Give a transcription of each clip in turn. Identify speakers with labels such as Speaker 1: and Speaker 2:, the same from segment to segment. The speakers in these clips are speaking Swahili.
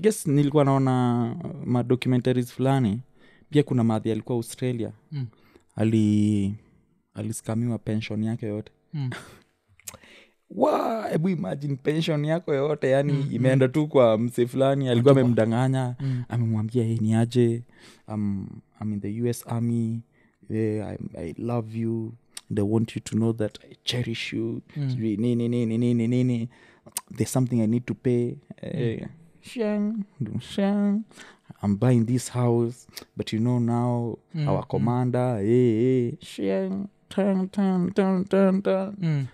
Speaker 1: guess nilikuwa naona madocumentaries fulani pia kuna madhi alikuwa australia
Speaker 2: Mm.
Speaker 1: ali aliskamiwa pension yake yote
Speaker 2: Mm.
Speaker 1: wa hebu imagine pension yako yote yani mm, imeenda tu kwa mse fulani alikuwa amemdanganya mm. amemwambia hey, ni aje um, I'm in the us army yeah, I, i love you and i want you to know that i cherish you mm. nini nini nini nini there's something i need to pay Eh, shang, shang. i'm buying this house but you know now mm. our commander hey, hey, shang, tan, tan, tan, tan, tan
Speaker 2: Mm.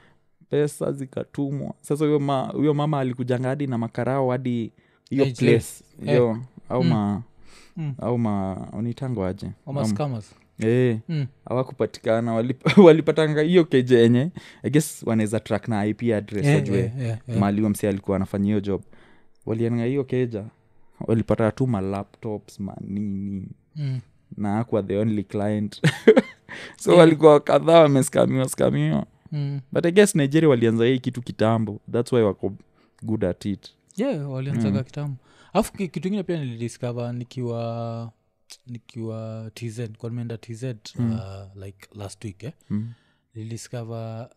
Speaker 1: pesa zikatumwa sasa huyo ma, huyo mama alikujanga hadi na makarao hadi hiyo
Speaker 2: Hey,
Speaker 1: place hiyo au ma
Speaker 2: Eh. Mm.
Speaker 1: au ma unitango aje
Speaker 2: Ama scammers.
Speaker 1: Eh,
Speaker 2: Mm.
Speaker 1: hawakupatikana walip- walipatanga hiyo keje yenye i guess wanaweza track na ip address
Speaker 2: Yeah,
Speaker 1: wajue
Speaker 2: yeah, yeah, yeah.
Speaker 1: mahali huyo msee alikuwa anafanya hiyo job walianga hiyo keja walipata tu malaptops manini
Speaker 2: Mm.
Speaker 1: na akuwa the only client so walikuwa kadhaa wameskamiwa skamiwa
Speaker 2: Mm.
Speaker 1: but i guess nigeria walianza hii kitu kitambo thats why wako good at it
Speaker 2: yeah walianzaga kitamu alafu ki- kitu ingine pia nilidiscover nikiwa nikiwa tz kwa nimeenda tz uh, like last week eh?
Speaker 1: Mm.
Speaker 2: nilidiscover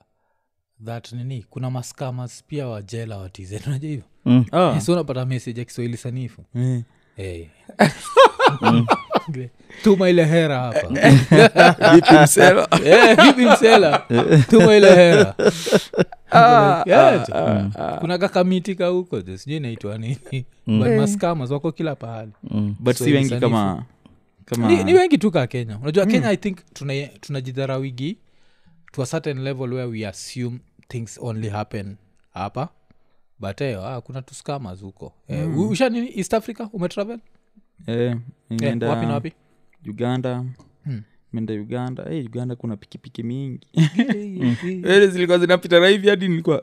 Speaker 2: that nini kuna mascamas pia wajela wa tz unajua hivyo
Speaker 1: ah.
Speaker 2: so unapata message ya kiswahili sanifu
Speaker 1: eh.
Speaker 2: hey. tuma ile hera hapa
Speaker 1: Vipi msela?
Speaker 2: Eh, vipi msela tuma ile hera
Speaker 1: Ah,
Speaker 2: yeah,
Speaker 1: ah, ah, ah.
Speaker 2: kuna kakamiti ka huko jo, sijui inaitwa nini but mascamas wako kila pahali
Speaker 1: Mm. but si
Speaker 2: Swahili
Speaker 1: wengi
Speaker 2: sanifu.
Speaker 1: kama kama Mm.
Speaker 2: ni, ni wengi tu ka kenya unajua kenya i think tuna- tunajidharawigi to a certain level where we assume things only happen hapa but eh, ah, kuna tuskamas huko eh,
Speaker 1: Mm.
Speaker 2: u- usha nini east africa umetravel
Speaker 1: eh,
Speaker 2: eh,
Speaker 1: nimeenda
Speaker 2: wapi na wapi
Speaker 1: uganda
Speaker 2: Hmm.
Speaker 1: meenda uganda hey, uganda kuna pikipiki mingi Mm. Wele zilikuwa zinapita na hivi hadi nilikuwa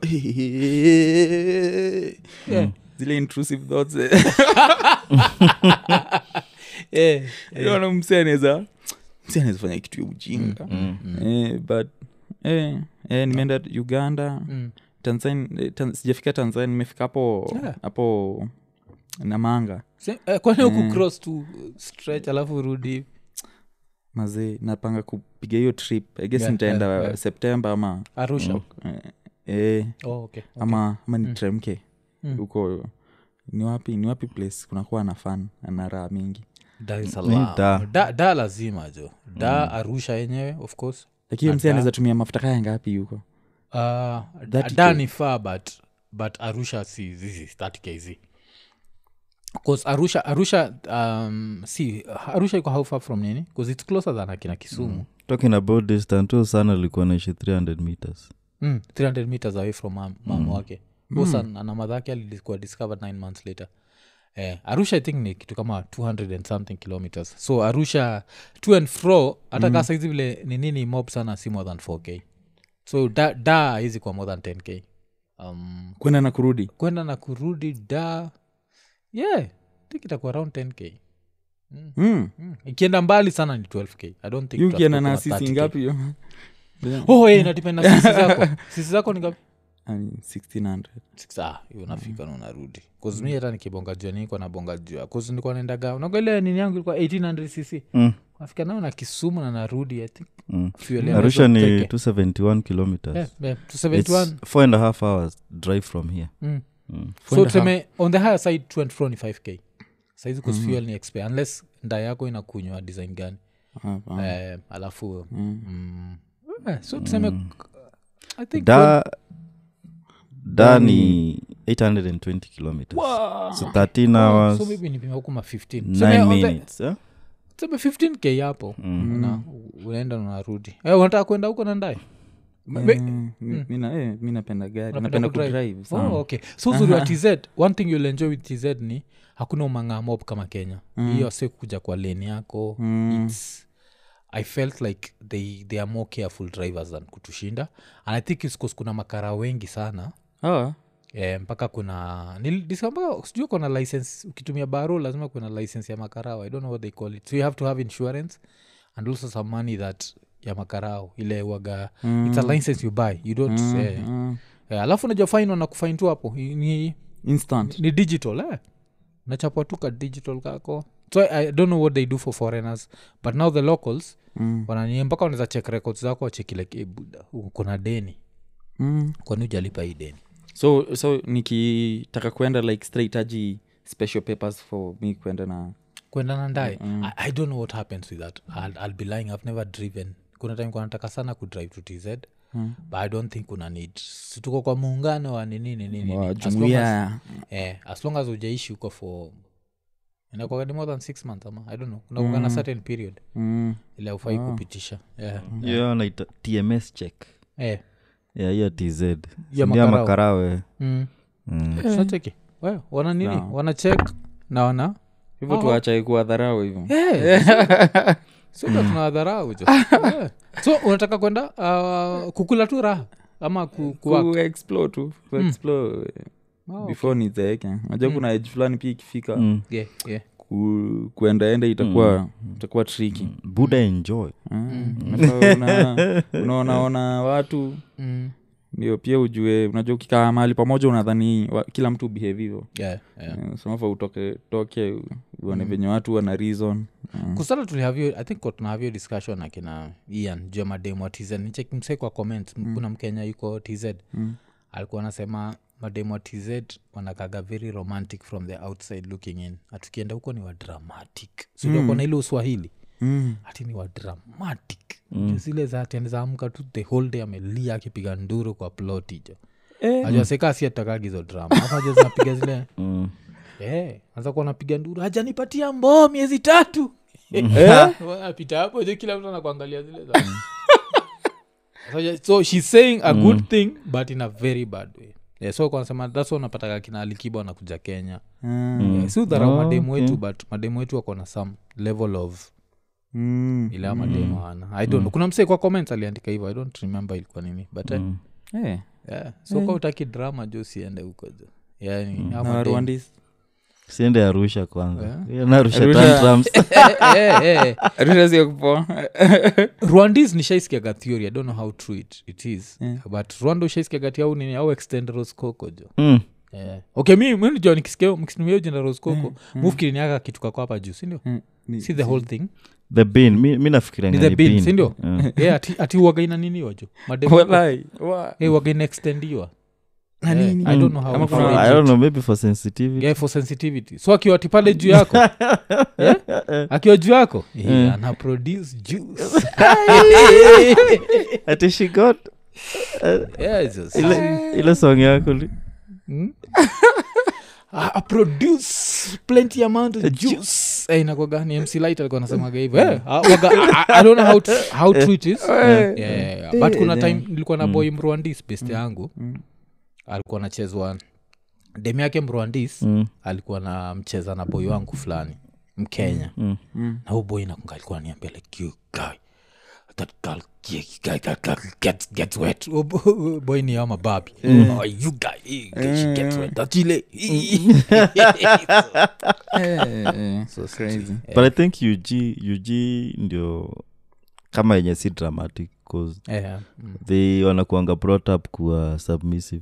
Speaker 2: Yeah.
Speaker 1: zile intrusive thoughts
Speaker 2: Eh,
Speaker 1: naona mse anaweza mse anaweza fanya kitu ya ujinga
Speaker 2: Mm.
Speaker 1: eh, but eh, eh, nimeenda uganda
Speaker 2: mm,
Speaker 1: tanzania eh, tan, sijafika tanzania nimefika hapo
Speaker 2: Yeah.
Speaker 1: hapo namanga
Speaker 2: se- eh, kwani huku cross tu stretch alafu urudi
Speaker 1: mazee napanga kupiga hiyo trip i guess
Speaker 2: Yeah,
Speaker 1: nitaenda
Speaker 2: yeah, yeah.
Speaker 1: septemba ama
Speaker 2: arusha
Speaker 1: eh,
Speaker 2: oh, okay.
Speaker 1: ama ama nitremke
Speaker 2: Mm.
Speaker 1: huko ni wapi ni wapi place kunakuwa na fan na raha mingi
Speaker 2: Dar es Salaam.
Speaker 3: Da.
Speaker 2: da, da lazima jo da arusha yenyewe of course
Speaker 1: lakini msee
Speaker 2: da.
Speaker 1: anaweza tumia mafuta kaya ngapi huko
Speaker 2: Uh,
Speaker 1: 30K.
Speaker 2: dani faa but but arusha si zizi 30kz bcause arusha arusha um, si arusha iko how far from nini bcause its closer than akina kisumu
Speaker 3: talking about distance tu sana alikuwa naishi 300 meters
Speaker 2: mm. 300 meters away from mam, mam
Speaker 1: Mm.
Speaker 2: wake usan ana madhake alikuwa discovered 9 months later Eh, arusha i think ni kitu kama 200 and something kilometers so arusha to and fro hata mm. kasaizi vile ni nini mob sana si more than 4k so da, da hizi kwa more than 10k um,
Speaker 1: kwenda na kurudi
Speaker 2: kwenda na kurudi da yeah think itakuwa around 10k
Speaker 1: mm.
Speaker 2: Mm. ikienda mbali sana ni 12k i don't think
Speaker 1: yu kienda na
Speaker 2: tutafika kwa
Speaker 1: sisi
Speaker 2: 30K.
Speaker 1: ngapi hiyo Yeah.
Speaker 2: oh hey, inadepend na sisi zako sisi zako ni ngapi
Speaker 1: I mean, 1600
Speaker 2: Six, ah, hiyo
Speaker 3: Mm.
Speaker 2: unafika na unarudi kause mi hata nikibonga jua nilikuwa nabonga jua kause ah, nilikuwa naendaga unaga ile nini yangu ilikuwa 1800 cc
Speaker 3: Mm.
Speaker 2: nafika nayo na kisumu na narudi i think
Speaker 3: Mm.
Speaker 2: fuel yangu
Speaker 3: arusha ni
Speaker 2: zote.
Speaker 3: 271 kilometers
Speaker 2: yeah, yeah,
Speaker 3: It's
Speaker 2: 271
Speaker 3: four and a half hours drive from here
Speaker 2: Mm.
Speaker 3: Mm.
Speaker 2: so tuseme on the higher side to and fro ni 5k saizi
Speaker 3: Mm.
Speaker 2: kus fuel ni exp unless nda yako inakunywa design gani
Speaker 3: Mm.
Speaker 1: Hapa.
Speaker 2: eh, alafu
Speaker 1: Mm.
Speaker 2: mm, eh, so tuseme I think
Speaker 3: Mm. da da ni 820 kilometers so 13
Speaker 2: kwa-
Speaker 3: hours
Speaker 2: Oh, so maybe nipima huku ma 15 Tuseme
Speaker 3: 9
Speaker 2: on the-
Speaker 3: minutes eh?
Speaker 2: tuseme 15k hapo na u- unaenda na unarudi eh, unataka kwenda huko na ndaye
Speaker 1: Eh, mi- mina- eh, mi napenda gari napenda kudrive sana.
Speaker 2: Mm. oh, okay. so uzuri wa tz one thing you'll enjoy with tz ni hakuna umang'aa mob kama kenya hiyo mm. kuja kwa leni yako
Speaker 1: Mm.
Speaker 2: It's- i felt like they, they are more careful drivers than kutushinda and i think it's 'cause kuna makara wengi sana
Speaker 1: Ah,
Speaker 2: e, mpaka kuna nil- discover mpaka sijui kuna license ukitumia baro lazima kuna license ya makarao i don't know what they call it so you have to have insurance and also some money that ya makarao ile waga mm. it's a license you buy you don't mm. eh,
Speaker 1: ah,
Speaker 2: eh, alafu unajua fine wanakufain tu hapo ni,
Speaker 1: instant
Speaker 2: ni digital eh? nachapwa tu ka digital kako so I, i don't know what they do for foreigners but now the locals
Speaker 1: Mm.
Speaker 2: wanani mpaka wanaweza check records zako wachekileke like, "Eh, buda uko na deni
Speaker 1: Mm.
Speaker 2: kwani ujalipa hii deni
Speaker 1: so so nikitaka kuenda like straight aji special papers for me kuenda na
Speaker 2: kuendana ndaye mm. I, i don't know what happens with that I'll, i'll be lying i've never driven kuna time kwanataka sana kudrive to tz mm. but i don't think kuna need Si tuko kwa muungano wa nini nini, nini
Speaker 1: wa
Speaker 2: nini As long as-
Speaker 1: jumuia
Speaker 2: eh, as long as ujaishi huko for inakuaga ni more than six months ama i don't know kunakuaga na certain period
Speaker 1: Mm.
Speaker 2: ile aufai kupitisha yeah.
Speaker 3: hiyo naita tms check
Speaker 2: eh.
Speaker 3: ya hiyo tz
Speaker 2: Ya
Speaker 3: ndio
Speaker 2: makarao.
Speaker 3: makarawe
Speaker 2: mm.
Speaker 3: Mm.
Speaker 2: Sinacheki. Wewe, wana nini
Speaker 1: No.
Speaker 2: wana check na wana
Speaker 1: hivyo
Speaker 2: Oh. Eh,
Speaker 1: tuachae kuwa dharau hivyo
Speaker 2: sio tunawadharau jo Eh. so unataka kwenda uh, kukula tu raha ama ku, kuwa
Speaker 1: kuexplore tu kuexplore
Speaker 2: Mm. Oh, Mm.
Speaker 1: before nizeeke najua kuna age fulani pia ikifika
Speaker 3: Mm.
Speaker 2: yeah, yeah.
Speaker 1: ku, kuendaenda itakuwa
Speaker 2: Mm.
Speaker 1: itakuwa Ah, triki
Speaker 3: buda enjoy
Speaker 1: unaonaona watu
Speaker 2: Mm.
Speaker 1: ndio pia ujue unajua ukikaa mahali pamoja unadhani wa- kila mtu behave hivyo
Speaker 2: Yeah, yeah.
Speaker 1: Eh, somafa utoke toke u- uone venye watu wana reason Mm.
Speaker 2: kusala tulihavyo i think tunahavyo discussion akina ian juu ya mademu wa tz nicheki msee kwa comment m- kuna mkenya yuko tz
Speaker 1: Mm.
Speaker 2: alikuwa anasema mademu wa tz wanakaga very romantic from the outside looking in atukienda huko ni wadramatic sijakona ile uswahili
Speaker 1: Mm.
Speaker 2: ati ni wadramatic mm. zile zatianizaamka tu the whole day amelia akipiga nduru kwa ploti jo
Speaker 1: Eh.
Speaker 2: ajaseka si atakagi hizo drama Alafu ajua zinapiga zile
Speaker 3: Mm.
Speaker 2: Eh, anza kuwa napiga nduru hajanipatia mboo miezi tatu Eh? Wa- Mm. apita hapo je kila mtu anakuangalia zile za Mm. So, yeah, so she's saying a good thing but in a very bad way yeah, so kwanasema thats unapataga kina alikiba wanakuja kenya
Speaker 1: Mm.
Speaker 2: yeah, si udharau
Speaker 3: Oh,
Speaker 2: mademu
Speaker 3: okay.
Speaker 2: wetu but mademu wetu wako na some level of
Speaker 1: Mm.
Speaker 2: ila mademu hawana i don't know kuna msee kwa comments aliandika hivyo i don't remember ilikuwa nini but eh,
Speaker 3: Mm.
Speaker 1: Eh.
Speaker 2: yeah. so kwa utaki drama jo usiende huko jo yani hawa
Speaker 1: Na
Speaker 2: mademu-
Speaker 1: Warwandis?
Speaker 3: siende arusha kwanza yeah. narusha
Speaker 1: Arusha.
Speaker 3: tantrums
Speaker 2: Eh, eh, eh.
Speaker 1: Arusha sio kupoa.
Speaker 2: rwandis nishaisikiaga theory i don't know how true it, it is yeah. but rwanda ushaisikiagati au nini au extend roskoko jo
Speaker 3: Mm.
Speaker 2: yeah. okay mi minijua nikisikia jina roskoko yeah, yeah. mufikiriniaga kitu kako hapa juu sindio
Speaker 1: Mm. Ni-
Speaker 2: si the whole thing
Speaker 3: the bin mi, mi nafikirianga
Speaker 2: Ni the
Speaker 3: ni
Speaker 2: bin,
Speaker 3: bin.
Speaker 2: si ndio?
Speaker 3: Mm.
Speaker 2: yeah, ati, ati uwaga inaniniwa jo Eh, madem
Speaker 1: Walai. Wa-
Speaker 2: hey, waga inaextendiwa
Speaker 1: Eh, Na nini?
Speaker 2: i don't know how,
Speaker 1: Ama
Speaker 2: how
Speaker 1: kuna-
Speaker 2: they
Speaker 3: I
Speaker 2: do
Speaker 3: don't
Speaker 2: it.
Speaker 3: know, maybe for sensitivity
Speaker 2: yeah, for sensitivity so akiwa ati pale juu yako yeah?
Speaker 3: Eh,
Speaker 2: akiwa juu yako yeah, ana produce juice
Speaker 3: ati she got
Speaker 2: yeah, Jesus.
Speaker 3: ile, ile song yako li-
Speaker 2: Eh. I, I produce plenty amount of juice Eh, inakuwaga ni mc light alikuwa anasemaga hivyo Eh, ah, waga- I- I- i don't know how, tr- how true it is Yeah, yeah, yeah. but kuna time nilikuwa na boy mrwandis best yangu alikuwa anachezwa dem yake mrwandis alikuwa namcheza na boy wangu fulani mkenya
Speaker 3: Mm.
Speaker 2: na huu boy nakunga alikuwa niambia like you guy that girl yeah, you guy, that girl gets- gets wet." Huyu bo- huyu boy ni ama babi Oh, you guy eh, she gets
Speaker 3: Mm.
Speaker 2: wet. That's ile, eh.
Speaker 1: Eh, So crazy.
Speaker 3: but i think ug ug ndio kama yenye si dramatic cause
Speaker 2: Eh, mm.
Speaker 3: they wanakuanga brought up kuwa submissive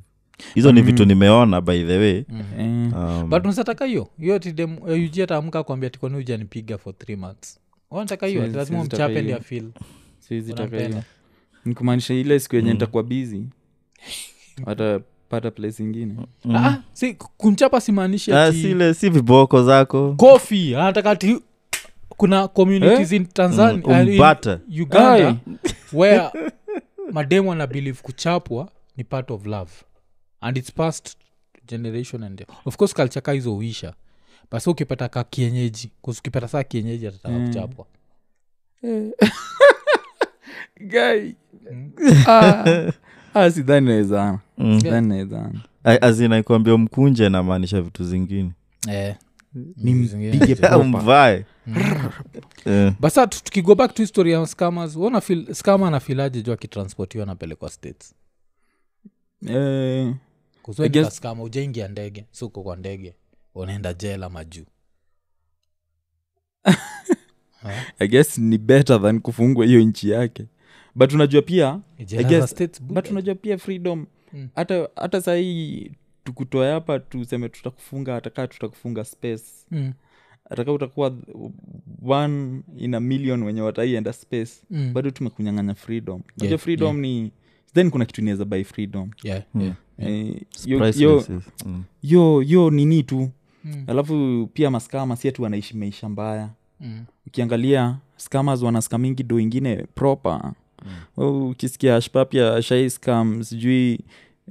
Speaker 3: hizo
Speaker 2: Mm.
Speaker 3: ni vitu nimeona by the way
Speaker 1: Eh.
Speaker 3: um,
Speaker 2: but unazataka hiyo hiyo tiuji ataamka kwambia tikwani ujanipiga for three months wanataka hiyo
Speaker 1: Siwezi-
Speaker 2: ati lazima
Speaker 1: siwezi taka
Speaker 2: umchape ndi
Speaker 1: hiyo.
Speaker 2: afil
Speaker 1: Siwezi taka
Speaker 2: Unampenda.
Speaker 1: hiyo. Ni kumaanisha ile siku yenye nitakuwa busy watapata place ingine
Speaker 2: Ah, si kumchapa simaanishi
Speaker 3: ah,
Speaker 2: ati
Speaker 3: sile si viboko zako
Speaker 2: kofi anataka ti kuna communities in tanzania
Speaker 3: Mm,
Speaker 2: uh, in
Speaker 3: umbata.
Speaker 2: uganda
Speaker 1: Eh? Aye.
Speaker 2: where mademu anabelieve kuchapwa ni part of love and its past generation and of course culture ka hizo uisha basi ukipata ka kienyeji 'cause ukipata saa kienyeji atataka
Speaker 1: Mm.
Speaker 2: kuchapwa
Speaker 1: Guy. Mm. Ah. Ah, sidhani nawezana
Speaker 3: Mm.
Speaker 1: sidhani nawezana
Speaker 3: A- as in aikuambia mkunje namaanisha vitu zingine
Speaker 2: eh.
Speaker 1: Mm. mpige
Speaker 2: nimpigebasa
Speaker 1: Proper.
Speaker 3: mvae
Speaker 2: Mm.
Speaker 3: Eh,
Speaker 2: tukigo back to history ya scammers wona scama anafilaje juu akitransportiwa anapelekwa states
Speaker 1: Eh, I guess-
Speaker 2: kuskama ujaingia ndege suko kwa ndege unaenda jela majuu
Speaker 1: i guess ni better than kufungwa hiyo nchi yake but unajua pia
Speaker 2: Jela za
Speaker 1: guess-
Speaker 2: states,
Speaker 1: but
Speaker 2: buda.
Speaker 3: Hmm.
Speaker 1: unajua pia freedom
Speaker 2: Mm.
Speaker 1: hata hata sahii tukutoe hapa tuseme tutakufunga atakaa tutakufunga space
Speaker 2: mm.
Speaker 1: ataka utakuwa th- one in a million wenye wataienda space
Speaker 3: Hmm.
Speaker 2: Mm.
Speaker 1: bado tumekunyang'anya freedom yeah,
Speaker 2: Yeah,
Speaker 1: freedom ni then kuna kitu inaweza by freedom
Speaker 2: yeah.
Speaker 3: Yeah.
Speaker 1: Eh,
Speaker 3: It's
Speaker 1: yo- yo-
Speaker 3: priceless, yes. Mm.
Speaker 1: yo yo nini tu
Speaker 2: Mm.
Speaker 1: alafu pia maskama si atu wanaishi maisha mbaya
Speaker 2: Mm.
Speaker 1: ukiangalia scammers wanaskamingi do ingine proper mm. ukisikia ashpapia shai scam sijui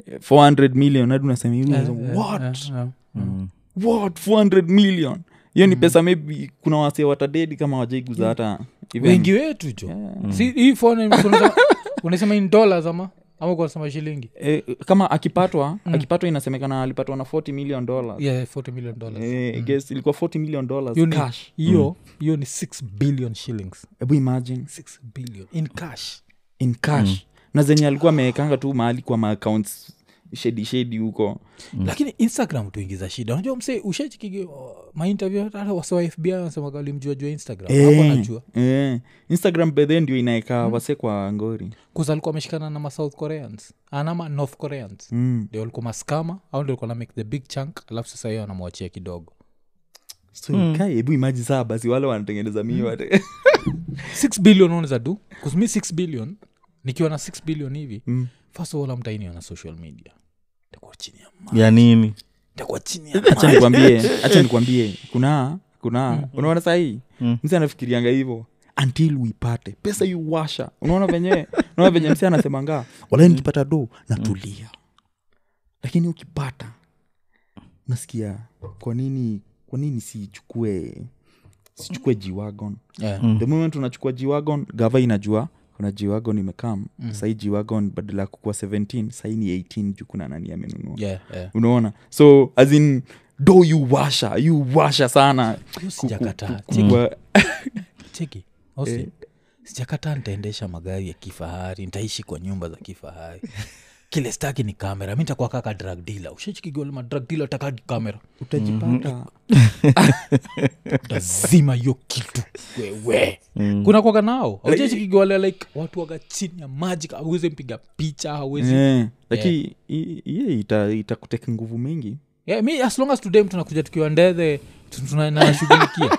Speaker 1: eh, 400 million hadi unasema hiyo
Speaker 2: Eh,
Speaker 1: unaweza,
Speaker 2: eh,
Speaker 1: what
Speaker 2: eh, eh.
Speaker 3: Mm.
Speaker 1: what 400 million hiyo
Speaker 2: Mm.
Speaker 1: ni pesa maybe kuna wasee watadedi kama wajaiguza hata even-
Speaker 2: wengi wetu jo Si- hii phone unasema- unasema in dollars ama ama kunasema shilingi
Speaker 1: eh, kama akipatwa
Speaker 2: Mm.
Speaker 1: akipatwa inasemekana alipatwa na 40 million dollars
Speaker 2: yeah 40 million dollars
Speaker 1: Eh, I guess ilikuwa 40 million dollars
Speaker 2: Hiyo ni-
Speaker 1: cash
Speaker 2: hiyo hiyo ni 6 billion shillings
Speaker 1: hebu imagine
Speaker 2: 6 billion in cash
Speaker 1: in cash
Speaker 2: Mm.
Speaker 1: na zenye alikuwa amewekanga tu mahali kwa maaccounts shedi shedi huko
Speaker 2: lakini instagram tuingiza shida unajua mse ushachikigi mainterview hata wase wa fbi wanasema walimjua jua instagram hapo
Speaker 1: Eh,
Speaker 2: anajua
Speaker 1: eh. instagram bedhe ndio inaeka wase kwa ngori
Speaker 2: kuza alikuwa ameshikana na masouth koreans anama north koreans
Speaker 1: mm.
Speaker 2: ndio walikuwa maskama au ndio walikuwa na make the big chunk alafu sasa hiyo anamwachia kidogo
Speaker 1: so kai hebu imaji saa basi wale wanatengeneza miwa
Speaker 2: 6 billion unaweza do kusumi 6 billion nikiwa na 6 billion hivi
Speaker 1: Mm.
Speaker 2: first of all amtainiwa na social media ntakuwa chini ya ma
Speaker 3: ya nini
Speaker 2: ntakuwa chini ya
Speaker 1: hacha nikwambie hacha nikwambie kuna kuna unaona sahii msi anafikirianga hivyo until uipate pesa iwasha unaona venyewe unaona venye msi anasemanga walai nikipata do natulia lakini ukipata nasikia kwa nini kwa nini sichukue sichukue jiwagon
Speaker 2: yeah.
Speaker 1: the moment unachukua jiwagon gava inajua kuna jiwagon imekam mm. sahii jiwagon badala ya kukua 17 sahii ni 18 juu kuna nani amenunua
Speaker 2: Yeah, yeah.
Speaker 1: unaona so as in do you washa you washa sana
Speaker 2: Hiyo sijakataa
Speaker 1: Ku- kwa-
Speaker 2: cheki Osi, sijakataa nitaendesha magari ya kifahari nitaishi kwa nyumba za kifahari kile staki ni kamera mi ntakuwa kaka drug dealer ushachikigolma drug dealer taka kamera
Speaker 1: utajipata
Speaker 2: lazima hiyo kitu wewe kuna kwaga nao auchachikigole like watu waga chini ya maji aweze mpiga picha awezi
Speaker 1: Eh, lakini i- iye ita- itakuteka nguvu mingi
Speaker 2: yeah, mi as long as today mtu nakuja tukiwa ndedhe tunashughulikia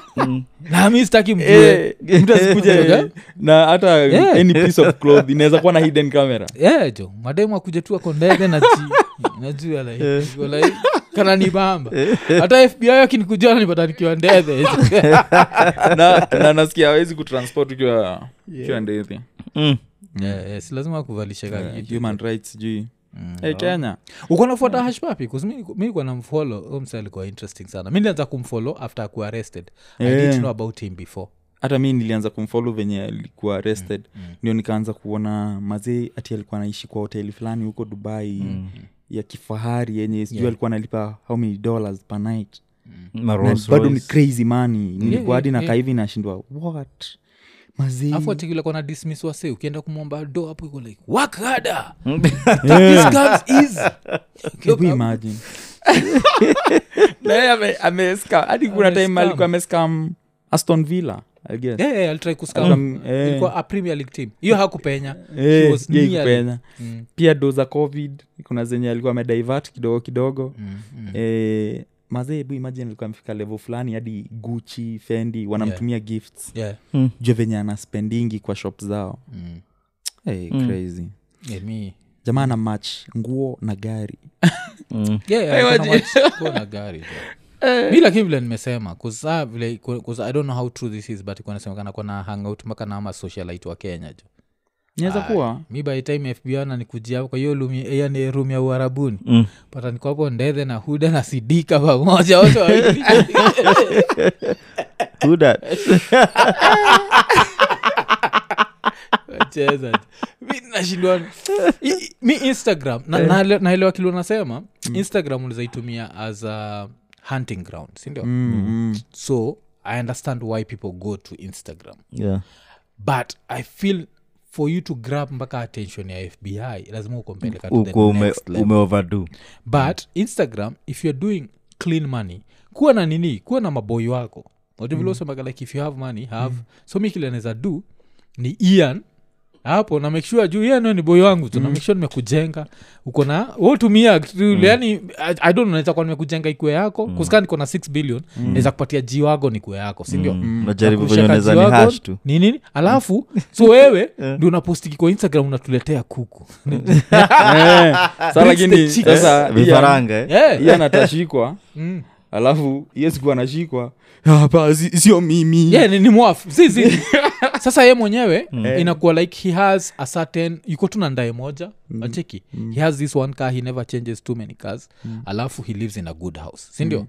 Speaker 2: na mi sitaki mjue
Speaker 1: mtu asikuje
Speaker 2: Okay.
Speaker 1: Eh. na hata any piece of cloth inaweza kuwa na hidden camera
Speaker 2: yeah, jo mademu akuja tu akondege najua lai kananibamba hata fbi akinikujua nanipata nikiwa ndedhe
Speaker 1: na, na nasikia awezi kutransport ukiwa ukiwa ndizi
Speaker 2: Yeah, yeah, si lazima kuvalisheka
Speaker 1: human rights sijui Eh, kenya
Speaker 2: uko nafuata hashpapi mikwa namfolo mse alikuwa interesting sana mi nilianza kumfolo after aku arrested i
Speaker 1: Yeah.
Speaker 2: didn't know about him before
Speaker 1: hata mi nilianza kumfollow venye alikuwa arrested ndio nikaanza kuona mazee ati alikuwa anaishi kwa hoteli fulani huko dubai ya kifahari yenye sijui alikuwa analipa how many dollars per night Na bado ni crazy money nilikuwa hadi
Speaker 2: yeah,
Speaker 1: nakaa hivi nashindwa what mazee
Speaker 2: afu atikila kona dismiss wase ukienda kumwomba do hapo iko like work harder
Speaker 1: Mm.
Speaker 2: this comes easy
Speaker 1: hebu imagine naye ame- amescam hadi kuna time
Speaker 2: Amescam.
Speaker 1: alikuwa amescam aston villa i guess
Speaker 2: Yeah, yeah, alitry kuska-
Speaker 1: Um, eh.
Speaker 2: ilikuwa a premier league team hiyo hakupenya
Speaker 1: Eh,
Speaker 2: She was
Speaker 1: yeah,
Speaker 2: nearly-
Speaker 1: ikupenya.
Speaker 2: Mm,
Speaker 1: pia do za covid kuna zenye alikuwa amedivert kidogo kidogo
Speaker 2: mm, mm.
Speaker 1: eh, mazee hebu imagine alikuwa amefika level fulani hadi guchi fendi wanamtumia gifts
Speaker 2: Yeah,
Speaker 1: jua venye anaspendingi kwa shop zao
Speaker 2: mm.
Speaker 1: hey, mm. crazy
Speaker 2: Yeah, me.
Speaker 1: jamaa na match nguo na gari
Speaker 2: Yeah, yeah,
Speaker 1: Hey,
Speaker 2: kuna watu- kuna gari jo. mi lakini vile nimesema kusaa vile ku- 'cause i don't know how true this is but kunasemekana kona hangout mpaka na ama socialite wa kenya jo
Speaker 1: inaweza kuwa
Speaker 2: mi by time fbi ananikujia kwa hiyo yani room ya uharabuni
Speaker 3: Mm.
Speaker 2: pata nikwapo ndedhe na huda na sidika pamoja wote wawili wacheza tu. mi nashindwa I- i- mi instagram
Speaker 1: Eh.
Speaker 2: Na- naele- naelewa kile unasema
Speaker 1: Mm.
Speaker 2: instagram ulizaitumia as a hunting ground sindio
Speaker 3: Mm-hmm.
Speaker 1: Mm,
Speaker 2: so i understand why people go to instagram but i feel for you to grab mpaka attention ya fbi lazima ukompeleka to the
Speaker 3: uko ume-
Speaker 2: next level.
Speaker 3: umeoverdue.
Speaker 2: but instagram if you're doing clean money kuwa na nini kuwa na maboi wako Mm. wajavile mm. like if you have money have so mi kile naeza do ni ian hapo na make sure juu yeah, no, ni boy wangu tu mm. sure nimekujenga uko na wotumia mm. yani I- i don't naweza kuwa nimekujenga ikue yako mm. kuskaa niko na 6 billion mm. naweza kupatia ji wago nikue yako sindio mm
Speaker 3: najaribu venye unaweza ni hash tu
Speaker 2: nini alafu so wewe ndi unapostiki kwa instagram unatuletea kuku
Speaker 1: Eh, sasa
Speaker 2: Beats the
Speaker 1: lakini
Speaker 2: chicks.
Speaker 1: sasa hiyo-
Speaker 3: vifaranga eh?
Speaker 2: yeah.
Speaker 1: hiyo anatashikwa
Speaker 2: Mm.
Speaker 1: alafu hiyo siku anashikwa "Ah, pa, si- sio mimi
Speaker 2: yeah, ni, ni mwafu si si sasa ye mwenyewe inakuwa like he has a certain yuko tu na ndae moja mm. acheki he has this one car he never changes too many cars mm. alafu he lives in a good house sindio mm.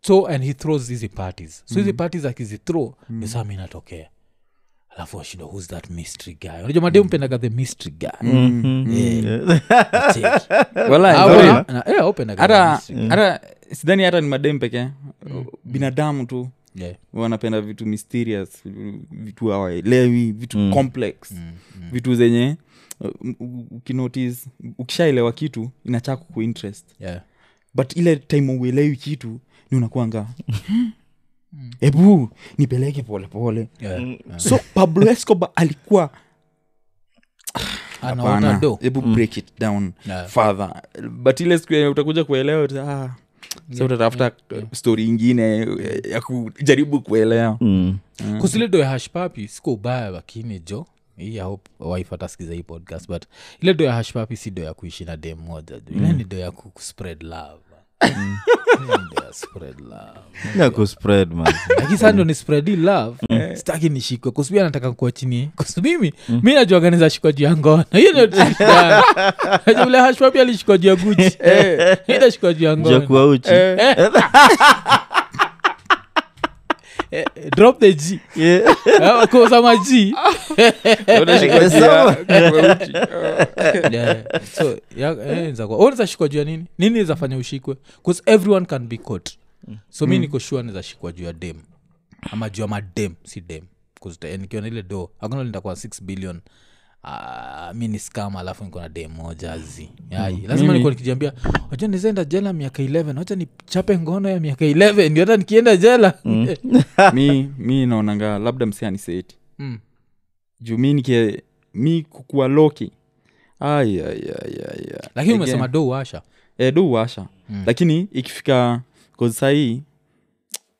Speaker 2: so and he throws hizi parties so hizi mm. parties akizithrow mm. ni saa mi natokea alafu washinda who's that mystery guy unajua mademu pendaga the mystery guy
Speaker 3: Mhm. Yeah.
Speaker 2: Mm. Acheki.
Speaker 1: Walai,
Speaker 2: Ah,
Speaker 1: sorry.
Speaker 2: wana- na- eh, open again.
Speaker 1: hata
Speaker 2: Mystery guy.
Speaker 1: hata sidhani hata ni madem pekee Mm. binadamu tu
Speaker 2: Yeah.
Speaker 1: wanapenda vitu mysterious vitu hawaelewi vitu
Speaker 2: Mm.
Speaker 1: complex vitu zenye ukinotis ukishaelewa kitu inachaa kukuinterest
Speaker 2: Yeah.
Speaker 1: but ile time uelewi kitu ni unakuanga ebu nipeleke polepole
Speaker 2: Yeah.
Speaker 1: so pablo escobar alikuwa
Speaker 2: anaota do Mm.
Speaker 1: hebu break it down
Speaker 2: Yeah.
Speaker 1: further but ile siku yenye utakuja kuelewa uta- ah, sa utatafuta story ingine eh, ya kujaribu kuelewa
Speaker 3: Mm.
Speaker 2: kusiledo ya hashpapi siko ubaya lakini jo hii I hope wife atasikiza hii podcast but ile do ya hashpapi si do ya kuishi na dem moja jo ile ni do ya ku- kuspread love Ile ni do ya spread love.
Speaker 3: Ya kuspread, man.
Speaker 2: lakini saa ndo ni spread hii love sitaki nishikwe kusubi anataka kuwa chini kusu mimi mi najuaga niza shikwa juu ya ngono hiyo ndio trick yangu. Najua vile hashpapi alishikwa juu ya Eh, guchi itashikwa juu ya
Speaker 3: Juu ya
Speaker 2: ngono
Speaker 3: kuwa uchi
Speaker 2: Eh, drop the g
Speaker 3: Yeah.
Speaker 2: Ah, koza maji
Speaker 1: Unashika
Speaker 3: Yes,
Speaker 1: jia, kwa uchi.
Speaker 2: Yeah. so eh,
Speaker 1: Eh.
Speaker 2: nizashikwa juu ya nini nini izafanya ushikwe bcause everyone can be caught so
Speaker 1: Mm.
Speaker 2: mi niko sure nizashikwa juu ya dem ama juu ya madem si dem 'Cause ita- nikiona ile do hakuna lindakuwa 6 billion Uh, mi ni skam alafu niko na dem moja zi Yai.
Speaker 1: Mm.
Speaker 2: lazima niko nikijiambia wacha nizaenda jela miaka 11 wacha nichape ngono ya miaka 11 ndio hata nikienda jela
Speaker 1: Mm. mi mi naonanga labda msianiseti
Speaker 2: Mm.
Speaker 1: juu mi nike mi kukuwa loki ayayayaya
Speaker 2: lakini Mm. umesema do washa
Speaker 1: Eh, do uwasha lakini ikifika cause sahii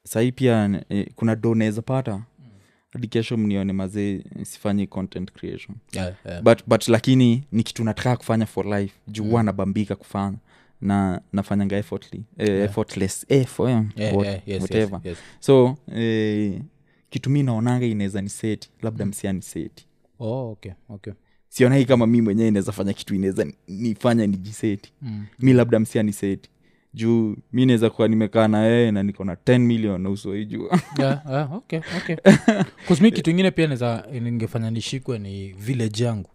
Speaker 1: sahii pia eh, kuna do naweza pata
Speaker 2: Mm.
Speaker 1: hadi kesho mnione mazee sifanyi content creation
Speaker 2: yeah, yeah.
Speaker 1: but, but lakini ni kitu nataka kufanya for life
Speaker 2: Mm.
Speaker 1: juu huwa nabambika kufanya na nafanyanga effortly, eh, effortless effort, eh,
Speaker 2: Yeah,
Speaker 1: what-
Speaker 2: yeah, yes, yes,
Speaker 1: whatever
Speaker 2: yes.
Speaker 1: so eh, kitu mi naonanga inaweza ni seti
Speaker 2: Mm.
Speaker 1: labda msia ni seti
Speaker 2: Oh, okay, okay.
Speaker 1: sionai kama mi mwenyewe inaweza fanya kitu inaweza nifanya nijiseti mm. mi labda msia ni seti juu mi naweza kuwa nimekaa na yeye na niko na 10 million na usoijua
Speaker 2: Yeah, yeah, okay, okay. 'Cause mi kitu ingine pia naeza ningefanya nishikwe ni village yangu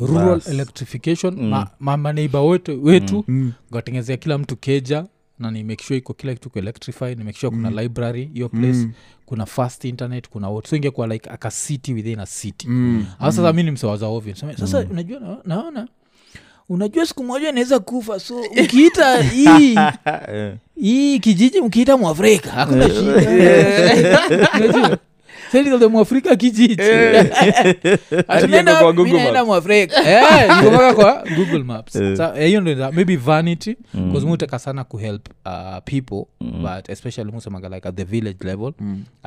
Speaker 2: rural electrification ma, ma, maneiba wetu, wetu ngatengezea kila mtu keja na ni make sure iko kila kitu ko electrify ni make sure kuna library hiyo place kuna fast internet kuna what so ingekuwa like aka city within a city mm. sasa mi ni msewaza ovyo Niseme, sasa
Speaker 1: Mm.
Speaker 2: unajua na, naona unajua siku moja inaweza kufa so ukiita hii hii kijiji mkiita mwafrika hakuna
Speaker 1: Eh.
Speaker 2: shida selizote mwafrika kijiji
Speaker 1: Hadi yako Eh. kwa Google
Speaker 2: kijijinaenda
Speaker 1: Maps.
Speaker 2: mwafrika Eh, iko mpaka kwa google maps Sa- eh, hiyo ndo ina- maybe vanity
Speaker 1: Mm.
Speaker 2: bcause mutaka sana kuhelp uh, people but especially musemaga like at the village level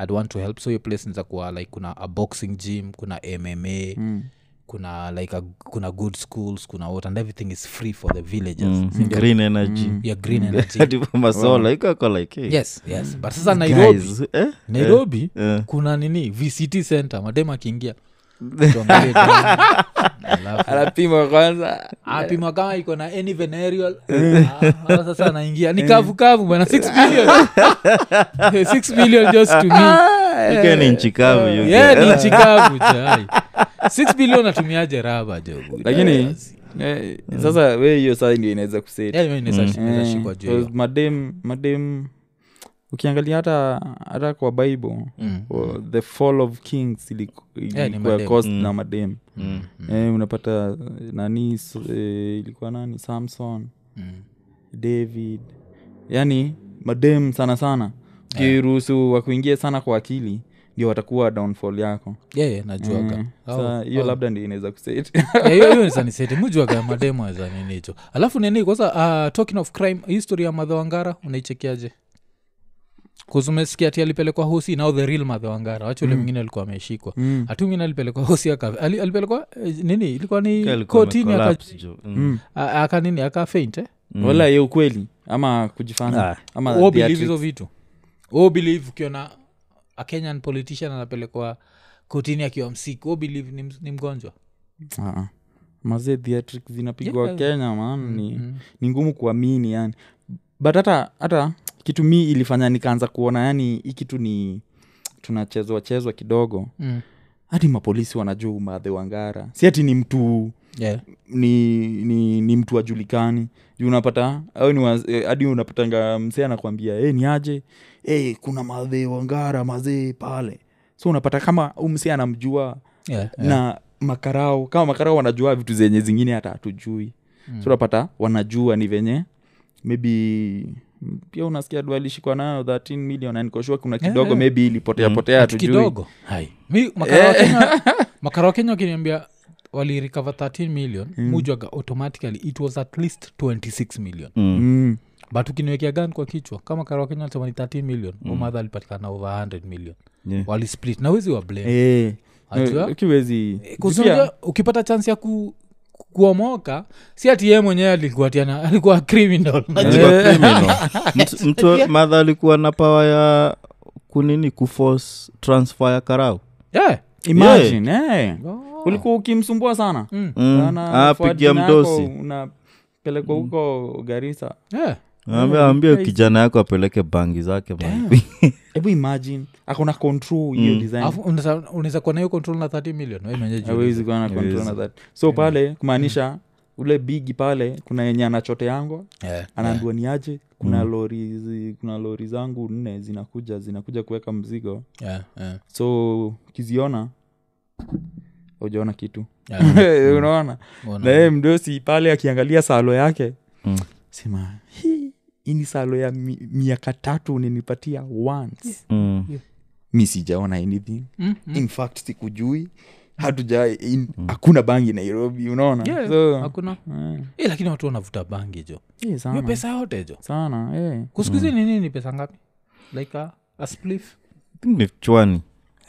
Speaker 2: i'd want to help so hiyo place niza kuwa like kuna a boxing gym kuna mma
Speaker 3: Mm.
Speaker 2: kuna like a, kuna good schools kuna what and everything is free for the villagers
Speaker 3: Mm. Green energy.
Speaker 2: your green energy
Speaker 3: Hadi kwa masola iko ako like, hey,
Speaker 2: yes yes but sasa nairobi
Speaker 3: guys, eh?
Speaker 2: nairobi
Speaker 3: Eh.
Speaker 2: kuna nini vct center madema akiingia tuangalie down. Alafu,
Speaker 1: anapima kwanza
Speaker 2: apima kama iko na any venereal
Speaker 3: Eh.
Speaker 2: Ah, ah, sasa anaingia ni kavu kavu bana 6 million 6 million just to me
Speaker 1: Eh.
Speaker 3: Iko
Speaker 2: eh.
Speaker 3: ni nchi kavu, you
Speaker 2: yeah
Speaker 3: get-
Speaker 2: ni chikavu chai 6 billion atumiaje raba jobu Yaani,
Speaker 1: lakini eh, sasa we hiyo saa ndio inaweza kuseti
Speaker 2: yeah, inaweza
Speaker 1: Eh,
Speaker 2: shikwa juu
Speaker 1: cause
Speaker 2: hiyo.
Speaker 1: madem madem ukiangalia hata hata kwa bible
Speaker 2: Mm.
Speaker 1: wa- the fall of kings iliku-
Speaker 2: Eh, ni
Speaker 1: ilikuwa
Speaker 2: madem.
Speaker 1: caused na madem Eh, unapata eh, nani so- eh, ilikuwa nani samson
Speaker 2: Mm.
Speaker 1: david Yaani, yani madem sana sana ukiruhusu wakuingie sana kwa akili ndio watakuwa downfall yako
Speaker 2: yeah, yeah, najuaga
Speaker 1: Eh,
Speaker 2: Au-
Speaker 1: sa hiyo
Speaker 2: au-
Speaker 1: labda ndio inaweza kuset
Speaker 2: Yeah, hiyo hiyo nisaniseti mujuaga mademo za nini hicho alafu nini kwanza uh, talking of crime history ya madhe wangara unaichekiaje kuzumesikia ti alipelekwa hosi now the real madhe wangara wacha ule mwingine alikuwa ameshikwa
Speaker 1: Mm.
Speaker 2: hatu mwingine alipelekwa hosi aka- ali- alipelekwa eh, nini ilikuwa ni
Speaker 3: Alikuwa
Speaker 2: kotini aka-
Speaker 3: amecollapse juu. Mm.
Speaker 2: a- aka nini aka faint eh?
Speaker 1: wala ye ukweli ama kujifanya
Speaker 3: Ah,
Speaker 1: ama
Speaker 2: Wewe believe
Speaker 1: theatrics.
Speaker 2: hizo vitu Wewe believe ukiona a kenyan politician anapelekwa kotini akiwa msiki Wewe believe ni, ms- ni mgonjwa
Speaker 1: Ah, ah. mazee theatric zinapigwa
Speaker 2: Yeah.
Speaker 1: kenya man ni,
Speaker 2: Mm.
Speaker 1: ni ngumu kuamini yani but hata hata kitu mi ilifanya nikaanza kuona yani hii kitu ni tunachezwa chezwa kidogo
Speaker 2: Mm.
Speaker 1: hadi mapolisi wanajua umadhe wangara si ati ni mtu
Speaker 2: Yeah.
Speaker 1: ni, ni, ni mtu ajulikani juu unapata au ni waz- eh, hadi unapatanga msee anakwambia hey, ni aje hey, kuna madhee wangara mazee pale so unapata kama huu msee anamjua
Speaker 2: Yeah, yeah.
Speaker 1: na makarao kama makarao wanajua vitu zenye zingine hata hatujui mm. so unapata wanajua ni venye maybe mm, pia unasikia du alishikwa nayo 13 million anikoshua kuna
Speaker 2: Yeah,
Speaker 1: kidogo
Speaker 2: yeah.
Speaker 1: maybe ilipotea
Speaker 3: Mm.
Speaker 1: potea
Speaker 2: Kitu
Speaker 1: hatujui
Speaker 2: kidogo Hai. mi makara wa Kenya- makara wa kenya wakiniambia walirecover 13 million mm. mujwaga automatically it was at least 26 million
Speaker 3: mm.
Speaker 1: mm.
Speaker 2: but ukiniwekea gani kwa kichwa kama makara wa kenya alisema ni 13 million mm. umadha alipatikana over 100 million
Speaker 3: Yeah.
Speaker 2: walisplit na wezi wa blame
Speaker 1: Eh,
Speaker 2: Ajua.
Speaker 1: kiwezi
Speaker 2: Eh, kusunja ukipata chance ya ku ku- kuomoka si ati yeye mwenyewe alikuwa tiana alikuwa criminal
Speaker 3: Alikuwa criminal. Eh. Mtu- mtu madha alikuwa na pawa ya kunini kuforce transfer ya karau
Speaker 2: yeah.
Speaker 1: imagine eh.
Speaker 2: Oh.
Speaker 1: ulikuwa ukimsumbua sana
Speaker 2: Mm.
Speaker 3: mm.
Speaker 1: Sana forward
Speaker 3: apigia
Speaker 1: jina yako
Speaker 3: mdosi
Speaker 1: unapelekwa huko garisa
Speaker 2: yeah.
Speaker 1: Mm.
Speaker 3: Aambia- aambia kijana yako apeleke bangi zake man.
Speaker 1: hebu imagine akona control hiyo design
Speaker 2: Alafu unaweza- unaweza kuwa nayo control na 30 million wewe mwenyewe jiulize.
Speaker 1: awezi kuwa na control na that so pale kumaanisha ule bigi pale kuna yenye anachote yango
Speaker 2: yeah.
Speaker 1: anaambiwa ni aje kuna lori zi- kuna lori zangu nne zinakuja zinakuja kuweka mzigo
Speaker 2: Yeah. Yeah.
Speaker 1: so ukiziona ujaona kitu
Speaker 2: Yeah.
Speaker 1: unaona
Speaker 2: Unaona.
Speaker 1: na yeye mdosi pale akiangalia salo yake
Speaker 3: Mm.
Speaker 1: sema "Hii, hii ni salo ya mi- miaka tatu uninipatia once
Speaker 3: Mm.
Speaker 1: mi sijaona anything
Speaker 2: Mm,
Speaker 1: in fact
Speaker 2: Hmm.
Speaker 1: sikujui hatuja in- hakuna bangi nairobi unaona
Speaker 2: Yeah,
Speaker 1: so,
Speaker 2: hakuna
Speaker 1: eh,
Speaker 2: Eh, lakini watu wanavuta bangi jo
Speaker 1: eh,
Speaker 2: hiyo
Speaker 1: sana,
Speaker 2: pesa yote jo
Speaker 1: sana eh.
Speaker 2: kusikuzi ni nini pesa ngapi like a, a spliff
Speaker 3: I think ni chwani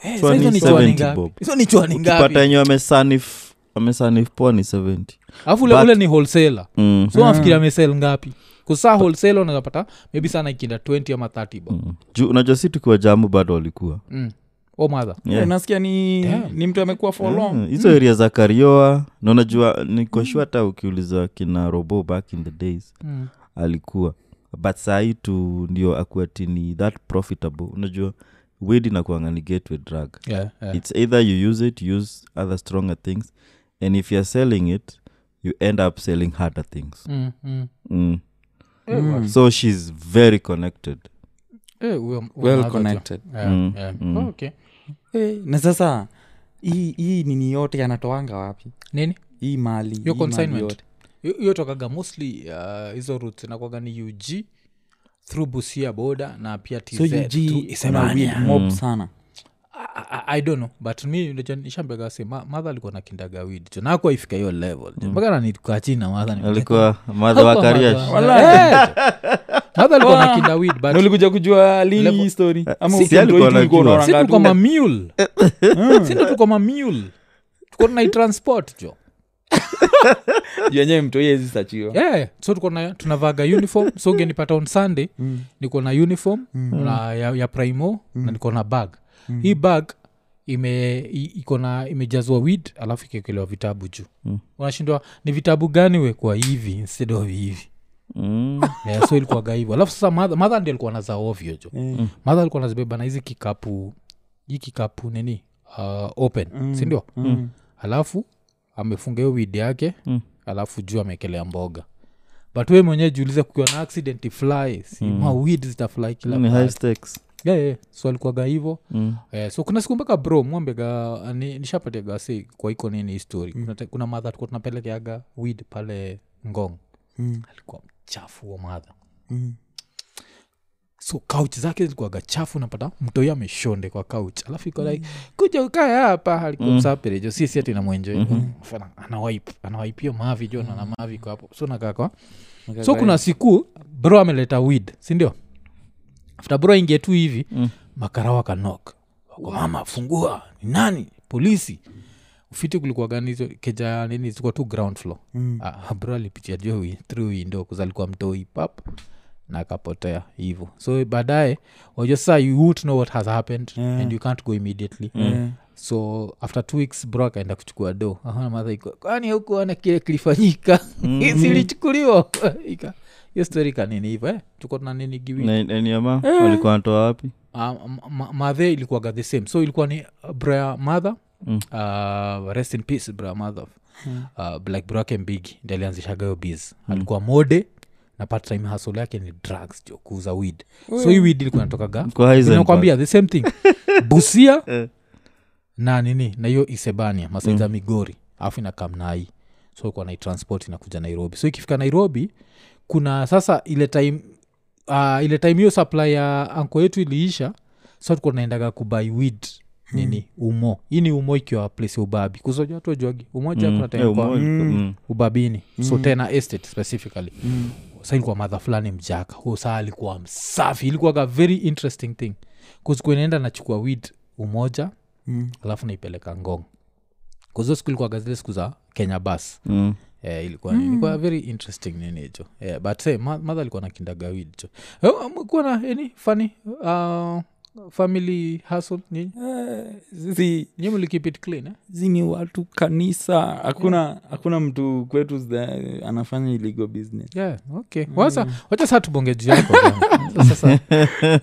Speaker 2: Eh,
Speaker 3: Chwani
Speaker 2: sasa hizo ni chwani
Speaker 3: 70
Speaker 2: ngapi
Speaker 3: bob.
Speaker 2: hizo ni chwani
Speaker 3: ukipata
Speaker 2: ngapi
Speaker 3: enye wamesanif wamesanif poa ni 70
Speaker 2: alafu ule
Speaker 3: But-
Speaker 2: ule ni wholesaler
Speaker 3: mm.
Speaker 2: so nafikiri amesel ngapi kusaa wholesale unazapata maybe sana ikienda 20 ama 30 bob
Speaker 3: Mm. juu unajua si tukiwa jamu bado walikuwa
Speaker 2: mm. o madha
Speaker 3: Yeah.
Speaker 1: nasikia Eh, ni,
Speaker 2: Damn. Hmm.
Speaker 1: ni mtu amekuwa for long Mm.
Speaker 3: Mm, hizo area za karioa na unajua nikoshua hata ukiuliza kina robo back in the days
Speaker 2: mm.
Speaker 3: alikuwa but sahii tu ndio akuati ni that profitable unajua weed inakuanga ni gateway drug
Speaker 2: yeah, yeah.
Speaker 3: it's either you use it use other stronger things and if you're selling it you end up selling harder things
Speaker 2: Mm, mm.
Speaker 3: mm.
Speaker 1: Mm.
Speaker 3: so she's very connected
Speaker 2: Eh, huyo- huyo
Speaker 1: well
Speaker 2: madha jo.
Speaker 1: connected
Speaker 2: Yeah,
Speaker 3: Mm,
Speaker 2: yeah.
Speaker 3: mm.
Speaker 2: Oh, okay.
Speaker 1: eh, na sasa hii hii nini yote anatoanga wapi
Speaker 2: nini
Speaker 1: hii mali hii
Speaker 2: hiyo
Speaker 1: mali
Speaker 2: consignment
Speaker 1: yote.
Speaker 2: Hiyo- hiyo tokaga mostly uh, hizo routes inakwaga ni ug through busia boda na pia tz
Speaker 1: so
Speaker 2: through
Speaker 1: ug una
Speaker 2: Isebania.
Speaker 1: weed mob sana
Speaker 2: I- I- I don't know but mi unajua nishambiaga se madha alikuwa na kindagawid jo nakuwa ifika hiyo level jo. mpaka nanitukaa chini na madha nikamwambia,
Speaker 3: alikuwa madha wa kariash
Speaker 2: madha alikuwa na kindawid
Speaker 1: na
Speaker 2: but
Speaker 1: ulikuja kujua lini
Speaker 2: Level-
Speaker 1: hii story ama
Speaker 3: si-
Speaker 1: ukienjoy
Speaker 3: alikuwa
Speaker 1: tu ulikuwa
Speaker 3: anajua.
Speaker 1: unaona
Speaker 2: si
Speaker 1: ngapi?
Speaker 2: tulikuwa mamul si ndo tulikuwa mamul tuko tunaitransport jo
Speaker 1: Juu yenyewe mtu hawezi searchiwa.
Speaker 2: yeah. so tuko na tunavaga uniform so ugenipata on sunday mm. niko na uniform mm. na ya, ya primo mm. na niko na bag mm. hii bag ime i- iko na imejazwa wid alafu ikekelewa vitabu juu mm. unashindwa ni vitabu gani wekwa hivi instead of hivi
Speaker 3: Mm.
Speaker 2: yeah, so ilikuwaga hivyo alafu sasa madha madha ndi alikuwa naza ovyo jo
Speaker 1: Eh,
Speaker 2: madha alikuwa nazibeba na hizi kikapu hii kikapu nini uh, open mm. sindio
Speaker 1: mm.
Speaker 2: alafu amefunga hiyo widi yake mm. alafu juu amekelea mboga but we mwenyewe jiulize kukiwa na accident fly si mm. mawid zitafly kila
Speaker 3: ni high
Speaker 2: mahali.
Speaker 3: stakes
Speaker 2: yeah, yeah. so alikuwaga hivo
Speaker 3: Mm.
Speaker 2: eh, so kuna siku mpaka bro mwambega ni, nishapatiaga si kwa iko nini histori mm. kuna, te- kuna madha tukuwa tunapelekeaga wid pale ngong
Speaker 1: Mm. Hmm.
Speaker 2: alikuwa mchafu wa madha
Speaker 1: Mm.
Speaker 2: so kauch zake zilikuwaga chafu napata mtoi ameshonde kwa kauch alafu iko like kuja ukae hapa alikuwa msaperejo sisi ati Mm, namwenjoi anawaip anawaipio mavi jo nana mavi iko hapo so nakaa kwa so kuna siku bro ameleta wid sindio after bro ingie tu hivi mm. makarawa kanok wako mama fungua ni nani polisi ufiti kulikuwa gani hizo keja nini zikuwa tu ground floor
Speaker 1: Hmm.
Speaker 2: mm. ah, bro alipitia jo wi- through window kuza alikuwa mtoi pap na akapotea hivo so baadaye wajua sasa you won't know what has happened yeah. and you can't go immediately
Speaker 1: Eh,
Speaker 2: yeah. so after two weeks bro akaenda kuchukua do madha iko kwani hukuona kile kilifanyika silichukuliwa Ika- hiyo stori kanini hivo eh? tuko tuna nini giwi
Speaker 3: niama walikuwa wanatoa wapi
Speaker 2: Ah, m- m- madhe ilikuwaga the same so ilikuwa ni uh, bra mother mm. uh, rest in peace bra mother mm. uh, black bro yake mbigi ndi alianzishaga hiyo biz mm. alikuwa mode na part time hasol yake ni drugs jo kuuza weed so hii weed ilikuwa natokaga
Speaker 3: Kwa Heisenberg.
Speaker 2: nakwambia the same thing busia na nini na hiyo isebania masaiza mm. migori alafu inakam nai so ilikuwa naitransport inakuja nairobi so ikifika nairobi kuna sasa ile time uh, ile time hiyo supply ya anko yetu iliisha so tukuwa tunaendaga kubai wid nini umo hii ni umo ikiwa place ya ubabi kusoja watu wajuagi umoja kuna time
Speaker 3: Eh,
Speaker 2: kwa-
Speaker 3: umeona? Mm.
Speaker 2: ubabini so tena estate specifically
Speaker 1: hmm.
Speaker 2: mm. sa ilikuwa madha fulani mjaka huo saa alikuwa msafi ilikuwaga very interesting thing kuzikuenaenda nachukua wid umoja
Speaker 1: Hmm.
Speaker 2: mm. alafu naipeleka ngong kuzo siku ilikuwaga zile siku za kenya bas
Speaker 3: Mm.
Speaker 2: Eh, ilikuwa mm. ilikuwa very interesting nini hicho Eh, but say ma- mother alikuwa na kindagawid cho Eh, um, kuwa na any funny uh, family hustle nyinyi
Speaker 1: sisi
Speaker 2: nyinyi mlikeep it clean eh?
Speaker 1: sisi ni watu kanisa hakuna hakuna mtu kwetu zda- anafanya iligo business Mm.
Speaker 2: yeah, okay. wacha wacha saa tubonge juu yako bwana. sasa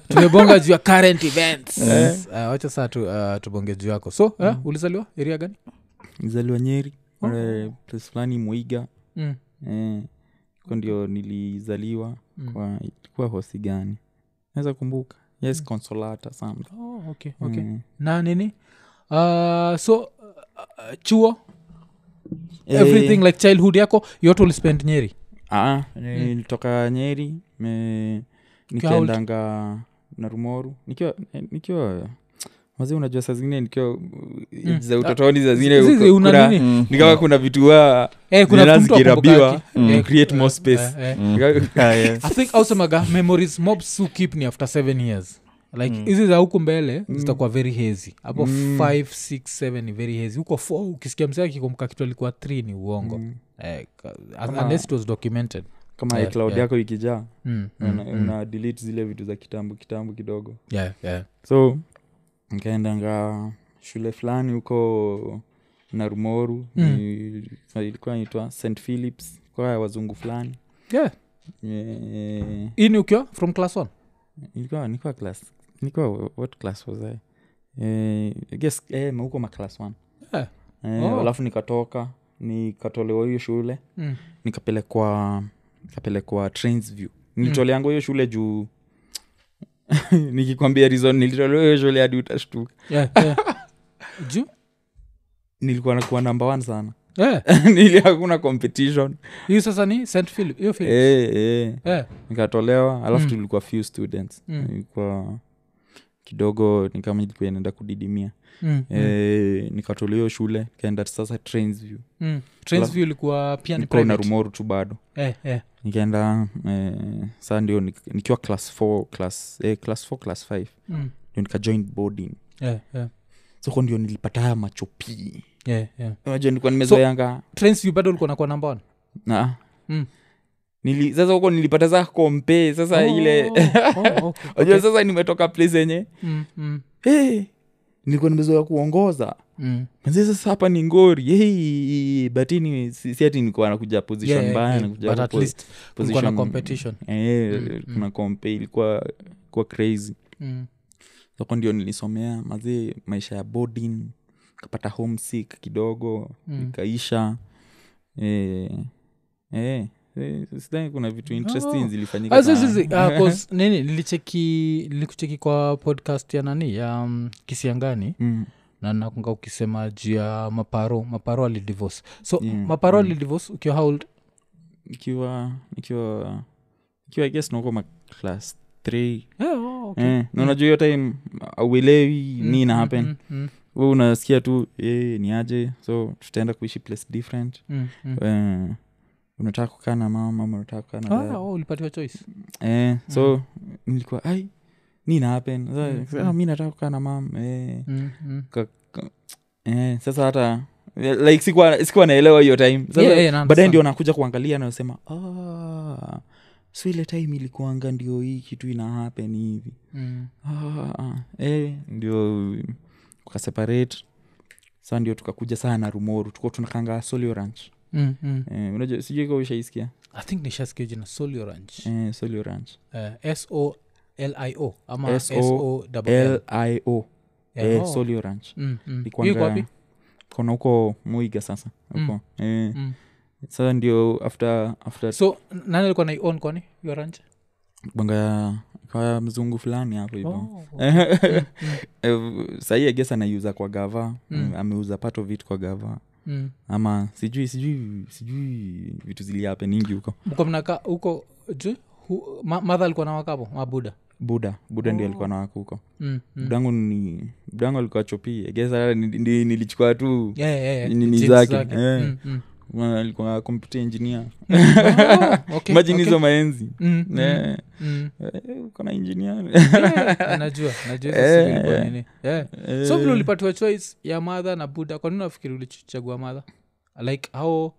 Speaker 2: tumebonga juu ya current events
Speaker 1: Eh.
Speaker 2: uh, wacha saa tu, uh, tubonge juu yako so eh, ulizaliwa eria gani
Speaker 1: nizaliwa nyeri Mm.
Speaker 2: Oh.
Speaker 1: Eh, place fulani mwiga
Speaker 2: mm.
Speaker 1: Eh, huko ndio nilizaliwa
Speaker 2: Mm.
Speaker 1: kwa ilikuwa hosi gani naweza kumbuka yes consolata something
Speaker 2: oh, okay, Mm. okay.
Speaker 1: Mm.
Speaker 2: na nini uh, so uh, uh, chuo
Speaker 1: Eh,
Speaker 2: everything like Mm. childhood yako yote ulispend nyeri
Speaker 1: ah, nilitoka nyeri me- nikiendanga narumoru nikiwa eh, nikiwa wazi unajua saa zingine nikiwa uh, za utotoni za zingine
Speaker 2: Mm. Ah, Zizi,
Speaker 1: uko-
Speaker 2: una
Speaker 1: kuna-
Speaker 2: nini?
Speaker 3: Mm.
Speaker 1: nikawa kuna vituwa
Speaker 2: eh, kuna mtu
Speaker 1: zinazikirabiwa
Speaker 2: akumbuka
Speaker 1: mm.
Speaker 2: aki-
Speaker 1: create more space
Speaker 2: eh, eh.
Speaker 1: Nika-
Speaker 3: Ah, yeah.
Speaker 2: i think ausemaga memories mobs who keep ni after seven years like
Speaker 1: Mm.
Speaker 2: hizi za huku mbele zitakuwa very hazy hapo 5 6 7 ni very hazy huko 4 ukisikia msee akikumbuka kitu alikuwa 3 ni
Speaker 1: Mm.
Speaker 2: uongo Eh, ka- un-
Speaker 1: Ah.
Speaker 2: unless it was documented
Speaker 1: kama
Speaker 2: Yeah,
Speaker 1: cloud
Speaker 2: yeah.
Speaker 1: yako ikijaa
Speaker 2: Mm, mm,
Speaker 1: una, una delete zile vitu za kitambo kitambo kidogo
Speaker 2: yeah, yeah.
Speaker 1: so nikaendanga shule fulani huko narumoru
Speaker 2: Mm.
Speaker 1: mm. ilikuwa naitwa st philips kwa ya wazungu fulani
Speaker 2: Yeah.
Speaker 1: Eh,
Speaker 2: Hii ni ukiwa from class one
Speaker 1: nilikuwa nilikuwa class nilikuwa what class was i Eh, I guess eh, ma- huko maclass one
Speaker 2: Yeah.
Speaker 1: Eh,
Speaker 2: Oh.
Speaker 1: alafu nikatoka nikatolewa hiyo shule
Speaker 2: Mm.
Speaker 1: nikapelekwa nikapelekwa Trainsview.
Speaker 2: Mm.
Speaker 1: nilitoleangwa hiyo shule juu nikikwambia reason nilitolewa hiyo shule hadi utashtuka
Speaker 2: yeah, yeah. juu
Speaker 1: nilikuwa nakuwa namba one sana
Speaker 2: yeah.
Speaker 1: Nili- hakuna competition
Speaker 2: hii sasa ni st philip hiyo philip
Speaker 1: eh, eh.
Speaker 2: yeah.
Speaker 1: nikatolewa alafu
Speaker 2: Mm.
Speaker 1: tulikuwa few students
Speaker 2: Mm.
Speaker 1: ilikuwa kidogo ni kama ilikuwa inaenda kudidimia
Speaker 2: mm. mm,
Speaker 1: Eh, nikatolewa hiyo shule kaenda sasa Trainsview.
Speaker 2: mm. Trainsview ilikuwa pia ni
Speaker 1: Nilikuwa na
Speaker 2: private
Speaker 1: rumoru tu bado
Speaker 2: eh, eh.
Speaker 1: nikaenda eh, saa ndio nik- nikiwa class 4 class, eh, class 4 class 5
Speaker 2: Mm.
Speaker 1: ndio nikajoin boarding
Speaker 2: Yeah, yeah.
Speaker 1: soko ndio nilipata haya machopii
Speaker 2: Yeah, yeah.
Speaker 1: unajua nilikuwa nimezoeanga
Speaker 2: Trainsview bado ulikuwa nakuwa namba one
Speaker 1: na
Speaker 2: Mm.
Speaker 1: nili, sasa huko nilipata saa kompe sasa ile
Speaker 2: Oh, okay,
Speaker 1: unajua
Speaker 2: okay.
Speaker 1: sasa nimetoka place yenye
Speaker 2: Mm, mm,
Speaker 1: hey, nilikuwa nimezoea kuongoza
Speaker 2: mm.
Speaker 1: manze sasa hapa ni ngori hey, batini siati nikuwa nakuja position
Speaker 2: Yeah,
Speaker 1: mbaya
Speaker 2: yeah,
Speaker 1: nakuja
Speaker 2: but at
Speaker 1: hapo
Speaker 2: least kulikuwa na
Speaker 1: position-
Speaker 2: competition.
Speaker 1: Eh,
Speaker 2: Mm, mm.
Speaker 1: kuna kompe ilikuwa kuwa crazy
Speaker 2: Mm.
Speaker 1: soko ndio nilisomea mazee maisha ya boarding kapata homesick kidogo
Speaker 2: Mm.
Speaker 1: ikaisha eh, eh, eh, sidhani kuna vitu interesting
Speaker 2: Oh.
Speaker 1: zilifanyika
Speaker 2: Ah, zi- zi-
Speaker 1: sana.
Speaker 2: zi- ah, 'cause nini nilicheki nilikucheki kwa podcast ya nani ya um, kisiangani
Speaker 1: Mm,
Speaker 2: na nakunga ukisema juu ya maparo maparo alidivorce so
Speaker 1: Yeah, Mm.
Speaker 2: maparo alidivorce ukiwa how old
Speaker 1: nikiwa nikiwa nikiwa I guess niko ma class three
Speaker 2: Yeah, oh, okay.
Speaker 1: eh, na unajua hiyo time auelewi mm, ni na happen
Speaker 2: Mm, mm,
Speaker 1: we unasikia tu eh, ni aje so tutaenda kuishi place different
Speaker 2: mm, mm.
Speaker 1: eh, unataka kukaa na mama ama unataka kukaa na
Speaker 2: Ah,
Speaker 1: dad.
Speaker 2: oh, ulipatiwa choice
Speaker 1: eh, so nilikuwa ai ni na happen so,
Speaker 2: Mm,
Speaker 1: ah, mi nataka kukaa na mam eh,
Speaker 2: mm, mm.
Speaker 1: ka- ka- eh, sasa hata eh, like sikuwa, sikuwa naelewa hiyo time Sasa
Speaker 2: Yeah, yeah, na
Speaker 1: baadaye
Speaker 2: understand.
Speaker 1: ndio nakuja kuangalia nayosema ah, so ile time ilikuanga ndio hii kitu ina happen hivi
Speaker 2: Mm.
Speaker 1: ah, eh, ndio tukaseparate saa ndio tukakuja saa na rumoru tukuwa tunakanga solio ranch
Speaker 2: Mm, mm.
Speaker 1: eh, unajua sijui kwa ushaisikia
Speaker 2: i think nishasikia jina solio ranch
Speaker 1: eh, solio ranch
Speaker 2: Eh, solio ama
Speaker 1: S O
Speaker 2: SOL.
Speaker 1: lio
Speaker 2: Yeah,
Speaker 1: eh,
Speaker 2: oh.
Speaker 1: solio ranch
Speaker 2: Mm, mm.
Speaker 1: Ilikuwanga-
Speaker 2: Iko wapi?
Speaker 1: kona huko muiga sasa huko eh,
Speaker 2: Mm.
Speaker 1: sasa ndio after after
Speaker 2: so nani alikuwa naion kwani hiyo ranch
Speaker 1: banga kwa mzungu fulani hapo hivyo
Speaker 2: Oh.
Speaker 1: Eh, sahii ages anaiuza kwa gava
Speaker 2: Mm.
Speaker 1: mm. ameuza part of it kwa gava
Speaker 2: Mm.
Speaker 1: ama sijui sijui sijui vitu ziliapeningi huko
Speaker 2: mko mnakaa huko ju hu- ma- madha alikuwa na wakapo mabuda
Speaker 1: buda buda ndio
Speaker 2: Oh.
Speaker 1: alikuwa na wako huko
Speaker 2: Mm, mm.
Speaker 1: budangu ni budangu alikuwa chopi agesa nilichukua tu
Speaker 2: Yeah, yeah, yeah.
Speaker 1: Nini
Speaker 2: Jeans
Speaker 1: zake,
Speaker 2: zake.
Speaker 1: eh.
Speaker 2: Mm, mm.
Speaker 1: Ma- alikuwa computer engineer
Speaker 2: Ah, okay,
Speaker 1: imagine hizo
Speaker 2: okay.
Speaker 1: maenzi
Speaker 2: Mm, mm,
Speaker 1: Eh,
Speaker 2: mm.
Speaker 1: eh, uko na engineer
Speaker 2: Yeah, najua najua hizo
Speaker 1: Eh,
Speaker 2: siku ilikuwa
Speaker 1: eh.
Speaker 2: nini. Yeah.
Speaker 1: Eh,
Speaker 2: so vile ulipatiwa choice ya madha na buda kwanini nafikiri ulichagua madha like how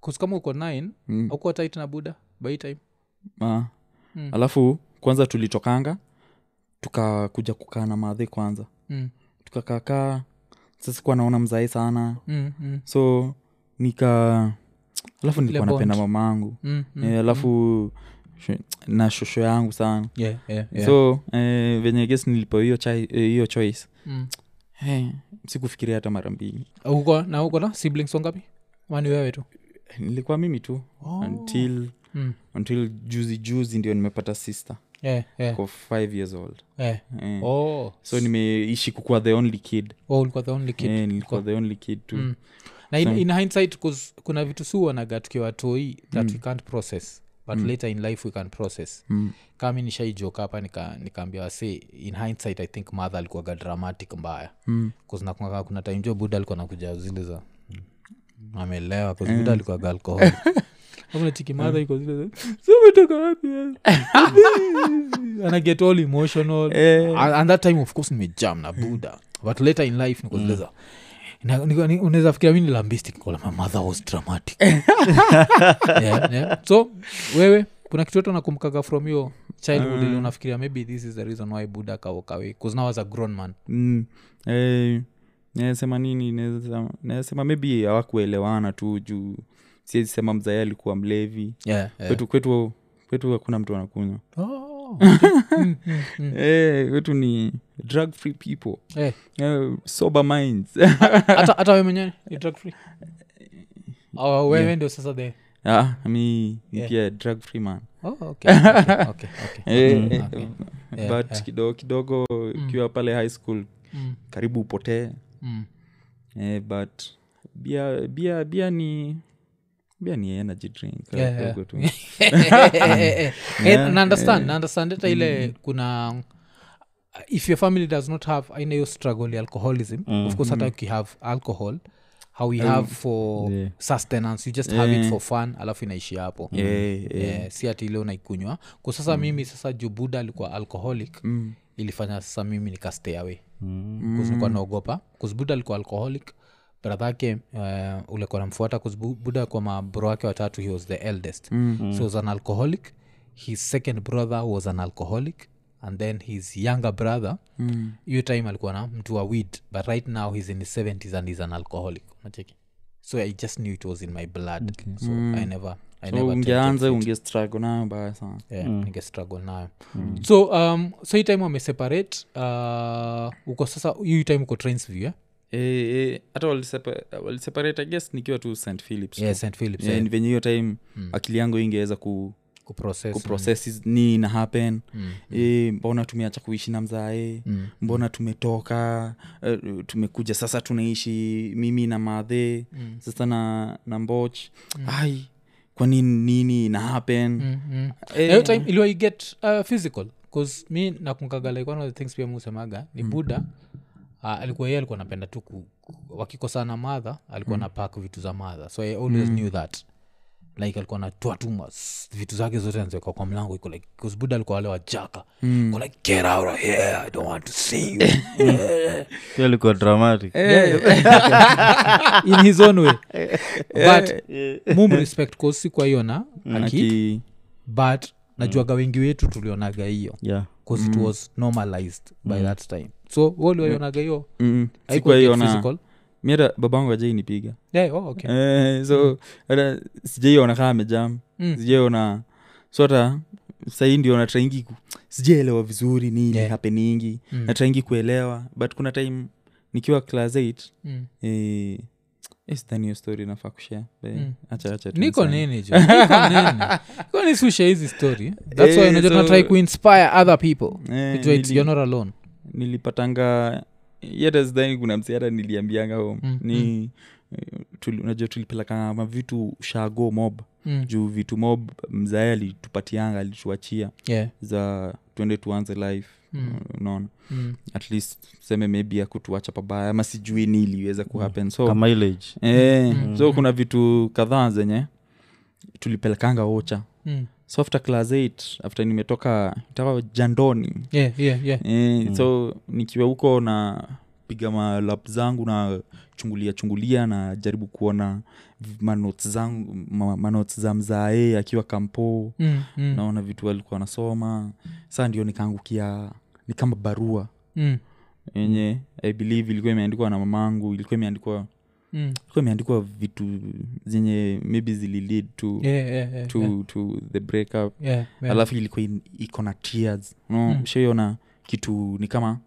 Speaker 2: cause kama uko nine
Speaker 1: mm,
Speaker 2: aukuwa tit na buda by hii time
Speaker 1: ah.
Speaker 2: Mm.
Speaker 1: alafu kwanza tulitokanga tukakuja kukaa na madhe kwanza
Speaker 2: Mm,
Speaker 1: tukakaakaa sasa kuwa naona mzae sana
Speaker 2: mm, mm,
Speaker 1: so nika alafu nilikuwa
Speaker 2: bond.
Speaker 1: napenda mama yangu
Speaker 2: mm, mm.
Speaker 1: eh, alafu sh- na shosho yangu sana
Speaker 2: Yeah, yeah, yeah.
Speaker 1: so eh, venye ges nilipewa hiyo chai- eh, hiyo choice
Speaker 2: Mm.
Speaker 1: hey, sikufikiria hata mara mbili
Speaker 2: uko na uko na siblings wangapi wani wewe tu
Speaker 1: Eh, nilikuwa mimi tu until
Speaker 2: Oh. Mm.
Speaker 1: until juzi juzi ndio nimepata sister
Speaker 2: Yeah, yeah,
Speaker 1: for five years old
Speaker 2: yeah.
Speaker 1: eh.
Speaker 2: Oh,
Speaker 1: so nimeishi kukuwa the only kid,
Speaker 2: oh, ulikuwa the only kid.
Speaker 1: Eh, nilikuwa the only kid tu
Speaker 2: Mm. na in,
Speaker 1: So-
Speaker 2: in hindsight 'cause kuna vitu su wanaga tukiwatoi that we can't process but later in life we can process
Speaker 1: Mm.
Speaker 2: kami nishaijoka hapa nika- nikaambia wase in hindsight i think mother alikuwaga dramatic mbaya
Speaker 1: Mm.
Speaker 2: kuznakunga kuna time jo buda alikuwa nakuja zile za mm, amelewa kubuda mm. alikuwaga alkohol kuna chiki madha iko zile za sometoka wapi
Speaker 1: mm.
Speaker 2: anaget all emotional
Speaker 1: Eh.
Speaker 2: and, and that time of course nimejam na buda but later in life nikozileza unaweza fikiria mi nilambistikmother was dramatic yeah, yeah. so wewe kuna kitu yote nakumkaga from your childhood mm. unafikiria maybe this is the reason why buda kawokawe bcause now as a grown man
Speaker 1: mm. eh, naesema nini naesema maybe hawakuelewana tu juu siwezi sema mzae alikuwa mlevi
Speaker 2: yeah, yeah.
Speaker 1: kwetu kwetu kwetu hakuna mtu anakunywa
Speaker 2: Oh,
Speaker 1: eh, kwetu ni drug free people
Speaker 2: Mm. eh.
Speaker 1: eh, sober minds
Speaker 2: hata hata we mwenyewe you drug free oh, wewe ndio sasa the
Speaker 1: ah, mi ni
Speaker 2: Yeah.
Speaker 1: pia drug free man
Speaker 2: oh, okay, okay, okay, okay.
Speaker 1: eh, eh,
Speaker 2: Mm. okay. Yeah,
Speaker 1: but
Speaker 2: yeah.
Speaker 1: kidogo kidogo ukiwa pale high school
Speaker 2: Mm,
Speaker 1: karibu upotee
Speaker 2: mm.
Speaker 1: eh, but bia bia bia ni bia ni energy drink
Speaker 2: Yeah, yeah.
Speaker 1: kidogo tu
Speaker 2: Eh, na understand na understand hata ile kuna uh, if your family does not have aina hiyo struggle ya alcoholism of course hata ukihave alcohol how we have for
Speaker 3: yeah.
Speaker 2: sustenance you just have it for fun alafu inaishi hapo
Speaker 1: Eh, eh.
Speaker 2: Eh, si ati ile unaikunywa kwa sasa mimi sasa jubuda alikuwa alcoholic
Speaker 1: Mm.
Speaker 2: ilifanya sasa mimi nikastay away kuzinikuwa naogopa kuzibuda alikuwa alcoholic brother yake uh, ulikuwa namfuata kuzibuda kwa mabro wake watatu he was the eldest mm-hmm. so he was an alcoholic his second brother was an alcoholic and then his younger brother
Speaker 1: Mm.
Speaker 2: hiyo time alikuwa na mtu wa weed but right now he's in his 70s and he's an alcoholic unacheki so i just knew it was in my blood okay. so mm. i never I
Speaker 1: so
Speaker 2: never
Speaker 1: ungeanza ungestruggle nayo mbaya sana
Speaker 2: yeah, ningestruggle nayo so um, so hii time wameseparate uh, uko sasa hii time uko trainsview yeah?
Speaker 1: Eh, eh, hata walisepa- waliseparate I guess nikiwa tu st philips tu.
Speaker 2: yeah, st philips
Speaker 1: Eh, ni venye hiyo time akili yangu ingeweza ku, mm.
Speaker 2: kuprocess Mm.
Speaker 1: kuprocess is- ni ina happen Eh, mbona tumeacha kuishi na mzae mbona tumetoka eh, tumekuja sasa tunaishi mimi na madhe
Speaker 2: Mm.
Speaker 1: sasa na, na mboch ai kwa nini nini ina happen
Speaker 2: Mm. Mm-hmm.
Speaker 1: Eh,
Speaker 2: Eh, Na hiyo time iliwa you get uh, physical bcause mi nakunkaga like one of the things pia musemaga ni buda uh, alikuwa yeye alikuwa anapenda tu ku- ku- wakikosana madha alikuwa mm. napak vitu za madha so i always mm. knew that like alikuwa natoa tu mas- vitu zake zote anazeka kwa mlango iko like bcause buda alikuwa wale wajaka mm. like get out of here i don't want to see you
Speaker 3: hiyo ilikuwa dramatic
Speaker 2: in his own way but mum respect cause sikwa iona aki
Speaker 1: Aki-
Speaker 2: but najuaga wengi wetu tulionaga hiyo
Speaker 3: yeah Mm.
Speaker 2: because it was normalized by that time so woliwaionaga hiyo
Speaker 1: mm,
Speaker 2: haikuwa get
Speaker 1: sikuwaiona.
Speaker 2: physical?
Speaker 1: Mi hata babangu ajainipiga
Speaker 2: Yeah, oh, okay.
Speaker 1: eh, so hata sijaiona kaa amejam
Speaker 2: Mm.
Speaker 1: sijaiona so hata sahii ndio natraingi ku- sijaelewa vizuri nini
Speaker 2: Yeah.
Speaker 1: yeah. hapeningi
Speaker 2: Mm.
Speaker 1: natraingi kuelewa but kuna time nikiwa class 8
Speaker 2: Mm.
Speaker 1: eh, eh, sidhani hiyo story nafaa kushare Be-
Speaker 2: Mm.
Speaker 1: acha acha tu
Speaker 2: niko
Speaker 1: niseme.
Speaker 2: nini jo niko nini Kwa nini siushe hizi story thats why
Speaker 1: Eh,
Speaker 2: unajua
Speaker 1: so-
Speaker 2: tunatry kuinspire other people
Speaker 1: Eh,
Speaker 2: Kujua it's-
Speaker 1: nili-
Speaker 2: you're not alone
Speaker 1: nilipatanga yata sidhani kuna msiara niliambianga home
Speaker 2: Mm,
Speaker 1: ni tuli, unajua tulipelekana mavitu shago mob
Speaker 2: Mm.
Speaker 1: juu vitu mob mzae alitupatianga alituachia
Speaker 2: Yeah.
Speaker 1: za tuende tuanze life
Speaker 2: Mm.
Speaker 1: unaona
Speaker 2: Mm.
Speaker 1: at least seme maybe akutuacha pabaya ama sijui ni iliweza kuhappen so
Speaker 3: kama ilage
Speaker 1: eh,
Speaker 2: Mm.
Speaker 1: so kuna vitu kadhaa zenye tulipelekanga ocha
Speaker 2: Mm.
Speaker 1: so after class 8 after nimetoka taka jandoni
Speaker 2: Yeah, yeah, yeah.
Speaker 1: Eh, so nikiwa huko na piga malap zangu na chungulia chungulia na jaribu kuona v- manotes zangu ma- manotes za mzae akiwa kampo
Speaker 2: Mm, mm,
Speaker 1: naona vitu alikuwa anasoma saa ndio nikaangukia ni kama barua
Speaker 2: mm,
Speaker 1: yenye i believe ilikuwa imeandikwa na mamangu ilikuwa imeandikwa
Speaker 2: mm.
Speaker 1: ilikuwa imeandikwa vitu zenye maybe zililid to,
Speaker 2: Yeah, yeah, yeah,
Speaker 1: to,
Speaker 2: yeah.
Speaker 1: to the breakup
Speaker 2: Yeah, yeah.
Speaker 1: alafu ilikuwa in- iko na tears no,
Speaker 2: Mm.
Speaker 1: ushaiona kitu ni kama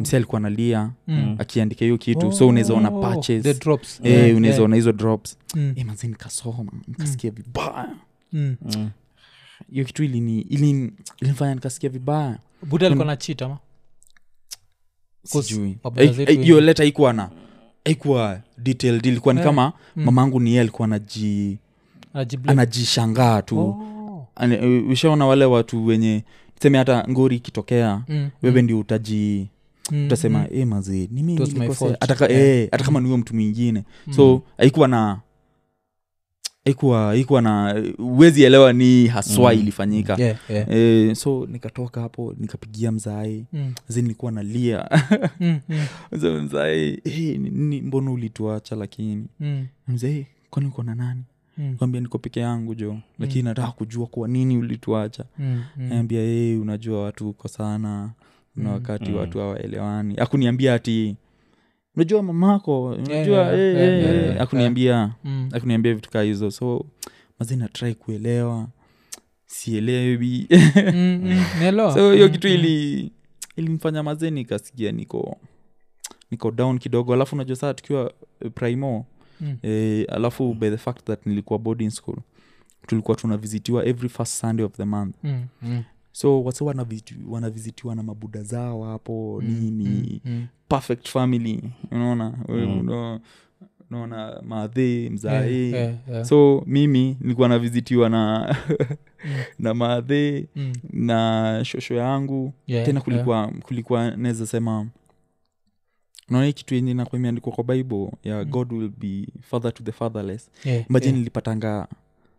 Speaker 1: msi alikuwa analia
Speaker 2: Mm.
Speaker 1: akiandika hiyo kitu so unaweza ona
Speaker 2: Oh,
Speaker 1: patches
Speaker 2: the drops.
Speaker 1: Eh,
Speaker 2: Yeah,
Speaker 1: unaweza
Speaker 2: yeah. Hmm.
Speaker 1: ona hizo drops
Speaker 2: Mm,
Speaker 1: Eh, manze nikasoma nikasikia vibaya
Speaker 2: mm.
Speaker 1: hiyo kitu ilini ilini- ilinifanya nikasikia vibaya
Speaker 2: buda
Speaker 1: Mm.
Speaker 2: alikuwa na cheat ama Cause
Speaker 1: sijui
Speaker 2: mabwana
Speaker 1: Eh,
Speaker 2: zetu
Speaker 1: eh, hiyo leta haikuwa na haikuwa detailed ilikuwa
Speaker 2: Eh,
Speaker 1: ni kama
Speaker 2: hmm.
Speaker 1: mamangu ni yeye alikuwa anaji
Speaker 2: Anajibla-
Speaker 1: anajishangaa tu
Speaker 2: Mm. Oh.
Speaker 1: Ana- eh, ushaona wale watu wenye tuseme hata ngori ikitokea
Speaker 2: Mm,
Speaker 1: wewe ndio utaji
Speaker 2: mm,
Speaker 1: utasema
Speaker 2: mm.
Speaker 1: mm. e mazee
Speaker 2: It was my fault." Yeah.
Speaker 1: hata eh, kama niwe mtu mwingine
Speaker 2: mm.
Speaker 1: so haikuwa na haikuwa haikuwa na huwezi elewa ni haswa
Speaker 3: Mm.
Speaker 1: ilifanyika
Speaker 2: Yeah, yeah.
Speaker 1: Eh, so nikatoka hapo nikapigia mzae
Speaker 2: Mm,
Speaker 1: zi nilikuwa nalia
Speaker 2: mm, mm,
Speaker 1: so mzae hey, mbona ulituacha lakini
Speaker 2: mm,
Speaker 1: mzae kwani uko na nani
Speaker 2: mm,
Speaker 1: kwambia niko peke yangu jo lakini nataka kujua kwa nini ulituacha
Speaker 2: mm, mm.
Speaker 1: naambia hey, unajua watu uko sana na
Speaker 2: Mm.
Speaker 1: wakati watu hawaelewani akuniambia ati unajua mamako unajua
Speaker 2: yeah,
Speaker 1: eh,
Speaker 2: yeah,
Speaker 1: eh,
Speaker 2: yeah,
Speaker 1: eh."
Speaker 2: yeah.
Speaker 1: akuniambia
Speaker 2: Mm.
Speaker 1: akuniambia vitu kaa hizo so mazina try kuelewa sielewi
Speaker 2: Mm, mm, naelewa.
Speaker 1: so hiyo
Speaker 2: Mm,
Speaker 1: kitu
Speaker 2: mm.
Speaker 1: ili ilimfanya mazee nikasikia niko niko down kidogo alafu unajua saa tukiwa eh, primo
Speaker 2: Mm.
Speaker 1: eh, alafu by the fact that nilikuwa boarding school tulikuwa tunavizitiwa every first sunday of the month
Speaker 2: Mm, mm,
Speaker 1: so wase wanaviti- wanavizitiwa na mabuda zao hapo nini
Speaker 2: mm,
Speaker 1: perfect family unaona We- uno- unaona maadhee
Speaker 2: yeah,
Speaker 1: mzae
Speaker 2: yeah, yeah.
Speaker 1: so mimi nilikuwa navizitiwa na na maadhee
Speaker 2: Mm,
Speaker 1: na shosho yangu
Speaker 2: yeah,
Speaker 1: tena
Speaker 2: yeah.
Speaker 1: kulikuwa
Speaker 2: eh.
Speaker 1: kulikuwa naweza sema unaona hii kitu yenye nakuwa imeandikwa kwa bible ya
Speaker 2: Mm.
Speaker 1: god will be father to the fatherless
Speaker 2: Yeah,
Speaker 1: imajini
Speaker 2: yeah.
Speaker 1: nilipatanga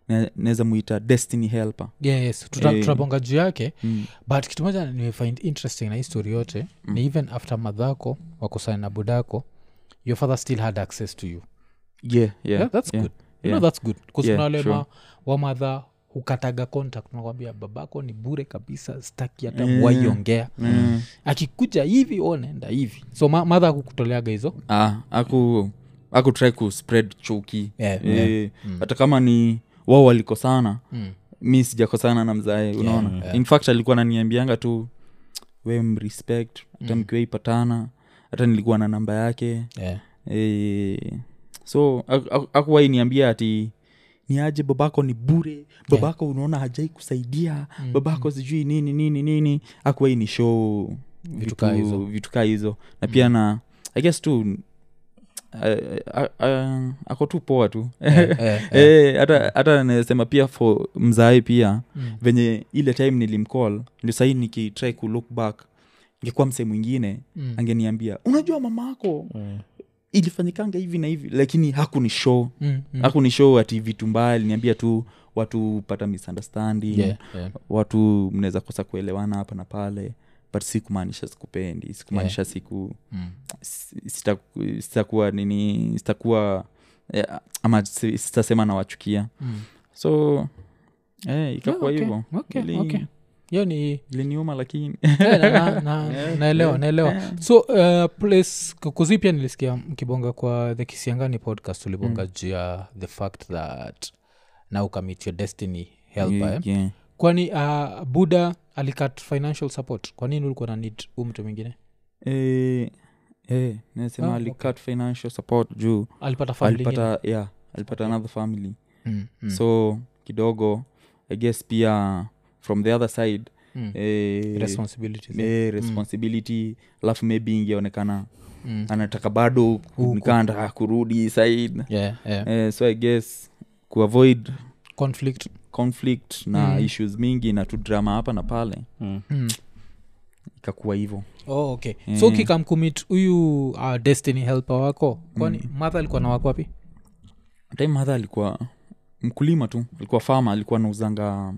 Speaker 1: na- naweza muita destiny helper
Speaker 2: Yeah, yes. Tuta-
Speaker 1: Eh.
Speaker 2: tunabonga juu yake
Speaker 1: Mm.
Speaker 2: but kitu moja nimefind interesting na histori yote mm. ni even after madhako wakosani na budako your father still had access to you
Speaker 1: yeah, yeah,
Speaker 2: yeah, that's
Speaker 1: yeah.
Speaker 2: good you
Speaker 1: yeah.
Speaker 2: know that's good
Speaker 1: Yeah,
Speaker 2: kusunawale
Speaker 1: sure.
Speaker 2: sure. wamadha hukataga contact nakwambia babako ni bure kabisa staki hata
Speaker 1: Yeah.
Speaker 2: waiongea
Speaker 1: Mm.
Speaker 2: akikuja hivi onenda hivi so ma- madha akukutoleaga hizo
Speaker 1: ah, aku aku try kuspread chuki
Speaker 2: Yeah,
Speaker 1: Eh, hata kama ni wao walikosana
Speaker 2: Mm.
Speaker 1: mi sijakosana na mzae unaona
Speaker 2: yeah.
Speaker 1: in fact alikuwa naniambianga tu we mrespect hata
Speaker 2: Mm.
Speaker 1: mkiwaipatana hata nilikuwa na namba yake
Speaker 2: yeah.
Speaker 1: eh, so aku- aku- akuwai niambia ati niaje babako ni bure babako unaona hajai kusaidia
Speaker 2: Mm,
Speaker 1: babako sijui nini nini nini akuwai ni show
Speaker 2: kaa hizo. Mm.
Speaker 1: vitu kaa hizo na pia na i guess tu uh, uh, ako tu poa tu
Speaker 2: eh,
Speaker 1: Eh, hata hata nasema pia for mzae pia mm. venye ile time nilimcall ndio sahii nikitry kulook back ngekuwa msee mwingine mm. angeniambia unajua mamako mm. ilifanyikanga hivi na hivi lakini hakuni show
Speaker 2: Mm, mm.
Speaker 1: hakuni show ati vitu mbaya aliniambia tu watu pata misunderstanding
Speaker 2: Yeah, yeah.
Speaker 1: watu mnaweza kosa kuelewana hapa na pale but si kumaanisha sikupendi sikumaanisha yeah. siku
Speaker 2: Mm.
Speaker 1: si- sitaku- sitakuwa nini sitakuwa eh, ama si- sitasema nawachukia
Speaker 2: Mm.
Speaker 1: so eh, ikakuwa
Speaker 2: Ah, okay,
Speaker 1: hivyo
Speaker 2: okay,
Speaker 1: Ili-
Speaker 2: okay. hiyo ni
Speaker 1: iliniuma lakini
Speaker 2: Eh, na- na- na- naelewa naelewa so uh, place kuzi pia nilisikia mkibonga kwa the kisiangani podcast
Speaker 1: Mm.
Speaker 2: ulibonga juu ya the fact that now commit your destiny help eh?
Speaker 1: Yeah.
Speaker 2: kwani uh, buda alikat financial support kwa nini ulikuwa na need huu mtu mwingine
Speaker 1: Eh, eh, nasema
Speaker 2: Ah,
Speaker 1: alicut financial support juu
Speaker 2: alipata family ingine?
Speaker 1: alipata yeah, alipata another family
Speaker 2: mm, mm,
Speaker 1: so kidogo i guess pia from the other side
Speaker 2: mm.
Speaker 1: eh,
Speaker 2: Responsibilities, eh?
Speaker 1: eh, responsibility alafu maybe ingeonekana
Speaker 2: Mm.
Speaker 1: anataka bado nikanda kurudi said
Speaker 2: Yeah, yeah.
Speaker 1: eh, so i guess kuavoid
Speaker 2: conflict
Speaker 1: conflict na issues mingi na tu drama hapa na pale
Speaker 2: mm.
Speaker 1: ikakuwa hivyo
Speaker 2: oh, okay so kikamkumit huyu uh, destiny helper wako kwani mm. madha alikuwa na wako wapi
Speaker 1: time madha alikuwa mkulima tu alikuwa fama alikuwa nauzanga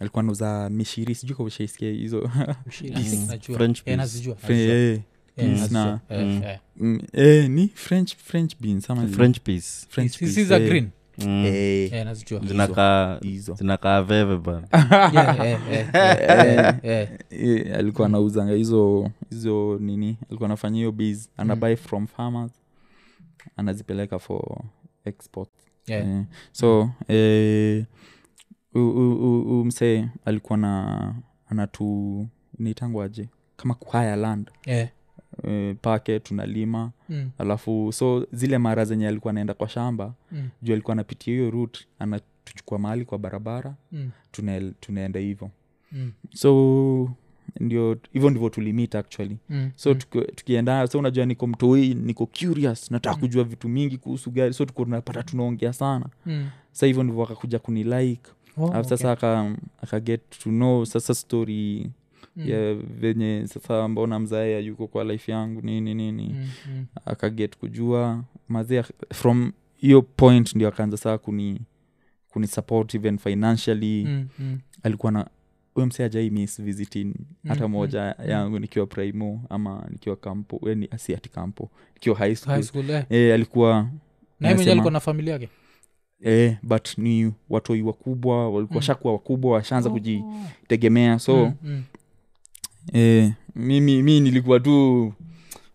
Speaker 1: alikuwa nauza mishiri sijui kama ushaisikia hizo
Speaker 2: Shit, I think najua.
Speaker 3: French
Speaker 2: Eh,
Speaker 3: beans.
Speaker 2: nazijua,
Speaker 1: Fre-
Speaker 2: nazijua.
Speaker 1: eh,
Speaker 2: Eh,
Speaker 1: beans
Speaker 2: nazijua.
Speaker 1: na-
Speaker 2: Eh, eh.
Speaker 1: mm, eh, ni french french beans ama ni-
Speaker 3: french piece
Speaker 1: French
Speaker 2: Hizi-
Speaker 1: beans,
Speaker 2: hizi za
Speaker 1: eh.
Speaker 2: green?
Speaker 3: mm.
Speaker 1: Eh,
Speaker 2: Eh, nazijua.
Speaker 3: zinakaa
Speaker 1: hizo.
Speaker 3: zinakaa veve bana
Speaker 2: Yeah, eh, eh, eh, eh,
Speaker 1: eh, alikuwa anauzanga hizo hizo nini alikuwa anafanya hiyo bees anabuy from farmers anazipeleka for export
Speaker 2: eh, eh.
Speaker 1: Eh, so eh, u- u- u- u- msee alikuwa na anatu nitangwaje kama kuhaya land
Speaker 2: Eh,
Speaker 1: eh, pake tunalima
Speaker 2: mm,
Speaker 1: alafu so zile mara zenye alikuwa anaenda kwa shamba
Speaker 2: mm,
Speaker 1: juu alikuwa anapitia hiyo rut anatuchukua mahali kwa barabara
Speaker 2: mm,
Speaker 1: tuna, tunaenda hivyo
Speaker 2: mm,
Speaker 1: so ndio hivyo ndivyo tulimit actually
Speaker 2: mm.
Speaker 1: so tuki- tukienda so unajua niko mtoi niko curious nataka kujua vitu mingi kuhusu gari so tuko tunapata tunaongea sana
Speaker 2: Mm.
Speaker 1: sa hivyo ndivyo akakuja kunilike
Speaker 2: Oh,
Speaker 1: oh, sasa aka akaget to know sasa story
Speaker 2: Mm.
Speaker 1: ya venye sasa mbona mzae ayuko kwa life yangu nini nini
Speaker 2: Mm, mm.
Speaker 1: Mm-hmm. akaget kujua mazee ak- from hiyo point ndio akaanza saa kuni kuni support even financially
Speaker 2: Mm, mm.
Speaker 1: alikuwa na huyo msee ajai miss visiting hata
Speaker 2: Mm,
Speaker 1: moja yangu nikiwa primo ama nikiwa kampo yani asiati kampo nikiwa high school,
Speaker 2: High school, eh.
Speaker 1: Eh, alikuwa
Speaker 2: Na yeye mwenyewe
Speaker 1: anasema-
Speaker 2: alikuwa na familia yake
Speaker 1: eh, but ni watoi wakubwa walikuwa
Speaker 2: Mm.
Speaker 1: shakuwa wakubwa washaanza
Speaker 2: Oh.
Speaker 1: kujitegemea so
Speaker 2: Mm, mm.
Speaker 1: eh, mimi mi nilikuwa tu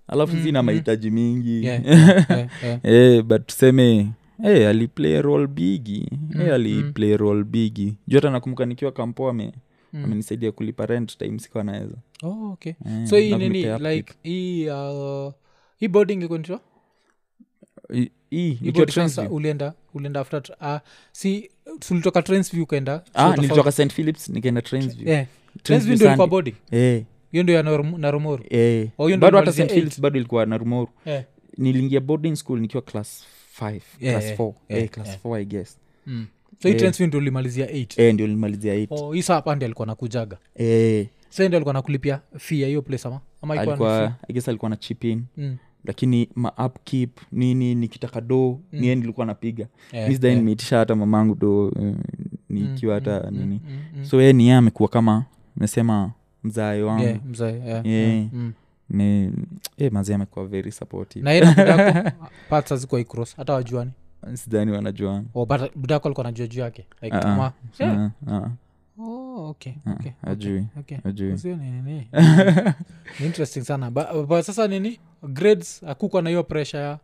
Speaker 1: alafu
Speaker 2: Mm,
Speaker 1: sina
Speaker 2: mm.
Speaker 1: mahitaji mingi
Speaker 2: Yeah, yeah, yeah, yeah.
Speaker 1: eh, but tuseme eh, aliplay role bigi mm,
Speaker 2: Mm,
Speaker 1: eh, aliplay role bigi juu hata nakumbuka nikiwa kampo ame
Speaker 2: Mm.
Speaker 1: amenisaidia kulipa rent time sikuwa naweza
Speaker 2: Oh, okay
Speaker 1: eh,
Speaker 2: so hii
Speaker 1: na
Speaker 2: nini
Speaker 1: kunipea upkeep.
Speaker 2: like hii uh, hii boarding ikonitua
Speaker 1: I- hii,
Speaker 2: Hii
Speaker 1: nikiwa
Speaker 2: boarding sasa
Speaker 1: Trainsview.
Speaker 2: ulienda ulienda after ah, si tulitoka transview ukaenda so
Speaker 1: ah,
Speaker 2: tofauti-
Speaker 1: nilitoka st philips nikaenda Trainsview.
Speaker 2: Eh,
Speaker 1: Trainsview
Speaker 2: transview ndio ilikuwa
Speaker 1: Sunday.
Speaker 2: boarding
Speaker 1: Eh,
Speaker 2: hiyo ndio ya Narumo- narumoru
Speaker 1: eh.
Speaker 2: Oh, hiyo ndio
Speaker 1: bado hata
Speaker 2: nilimalizia
Speaker 1: st philips bado ilikuwa na rumoru
Speaker 2: Eh,
Speaker 1: niliingia boarding school nikiwa class 5
Speaker 2: Yeah,
Speaker 1: class
Speaker 2: yeah,
Speaker 1: 4
Speaker 2: yeah,
Speaker 1: eh, class
Speaker 2: yeah.
Speaker 1: 4 i guess
Speaker 2: mm. so hii
Speaker 1: Eh.
Speaker 2: transview ndio ulimalizia 8
Speaker 1: eh, ndio nilimalizia 8
Speaker 2: oh, hii saa pande alikuwa nakujaga
Speaker 1: eh,
Speaker 2: sa ndio alikuwa nakulipia fi ya hiyo place ama ama ilikuwa ni
Speaker 1: alikuwa i guess alikuwa na chip in
Speaker 2: fee? mm.
Speaker 1: lakini ma upkeep nini nikitaka do mm. niye nilikuwa napiga
Speaker 2: Eh,
Speaker 1: yeah, yeah.
Speaker 2: eh.
Speaker 1: nimeitisha hata mamangu do eh, nikiwa hata
Speaker 2: mm,
Speaker 1: nini
Speaker 2: mm, mm,
Speaker 1: so yeye niye amekuwa kama nasema mzae wangu
Speaker 2: yeah, mzee, yeah,
Speaker 1: Yeah.
Speaker 2: yeah, mm.
Speaker 1: ni eh, mazee amekuwa very supportive
Speaker 2: na yeye na budako parts hazikuwa ikros hata wajuani
Speaker 1: sidhani wanajuana
Speaker 2: oh, but budako alikuwa najua juu yake like
Speaker 1: Ah, ah.
Speaker 2: kama yeah.
Speaker 1: Ah, ah,
Speaker 2: oh, okay,
Speaker 1: ah,
Speaker 2: okay,
Speaker 1: ajui
Speaker 2: okay.
Speaker 1: ajui
Speaker 2: Sio ni nini Ni interesting sana but, but sasa nini grades akukwa na hiyo pressure ya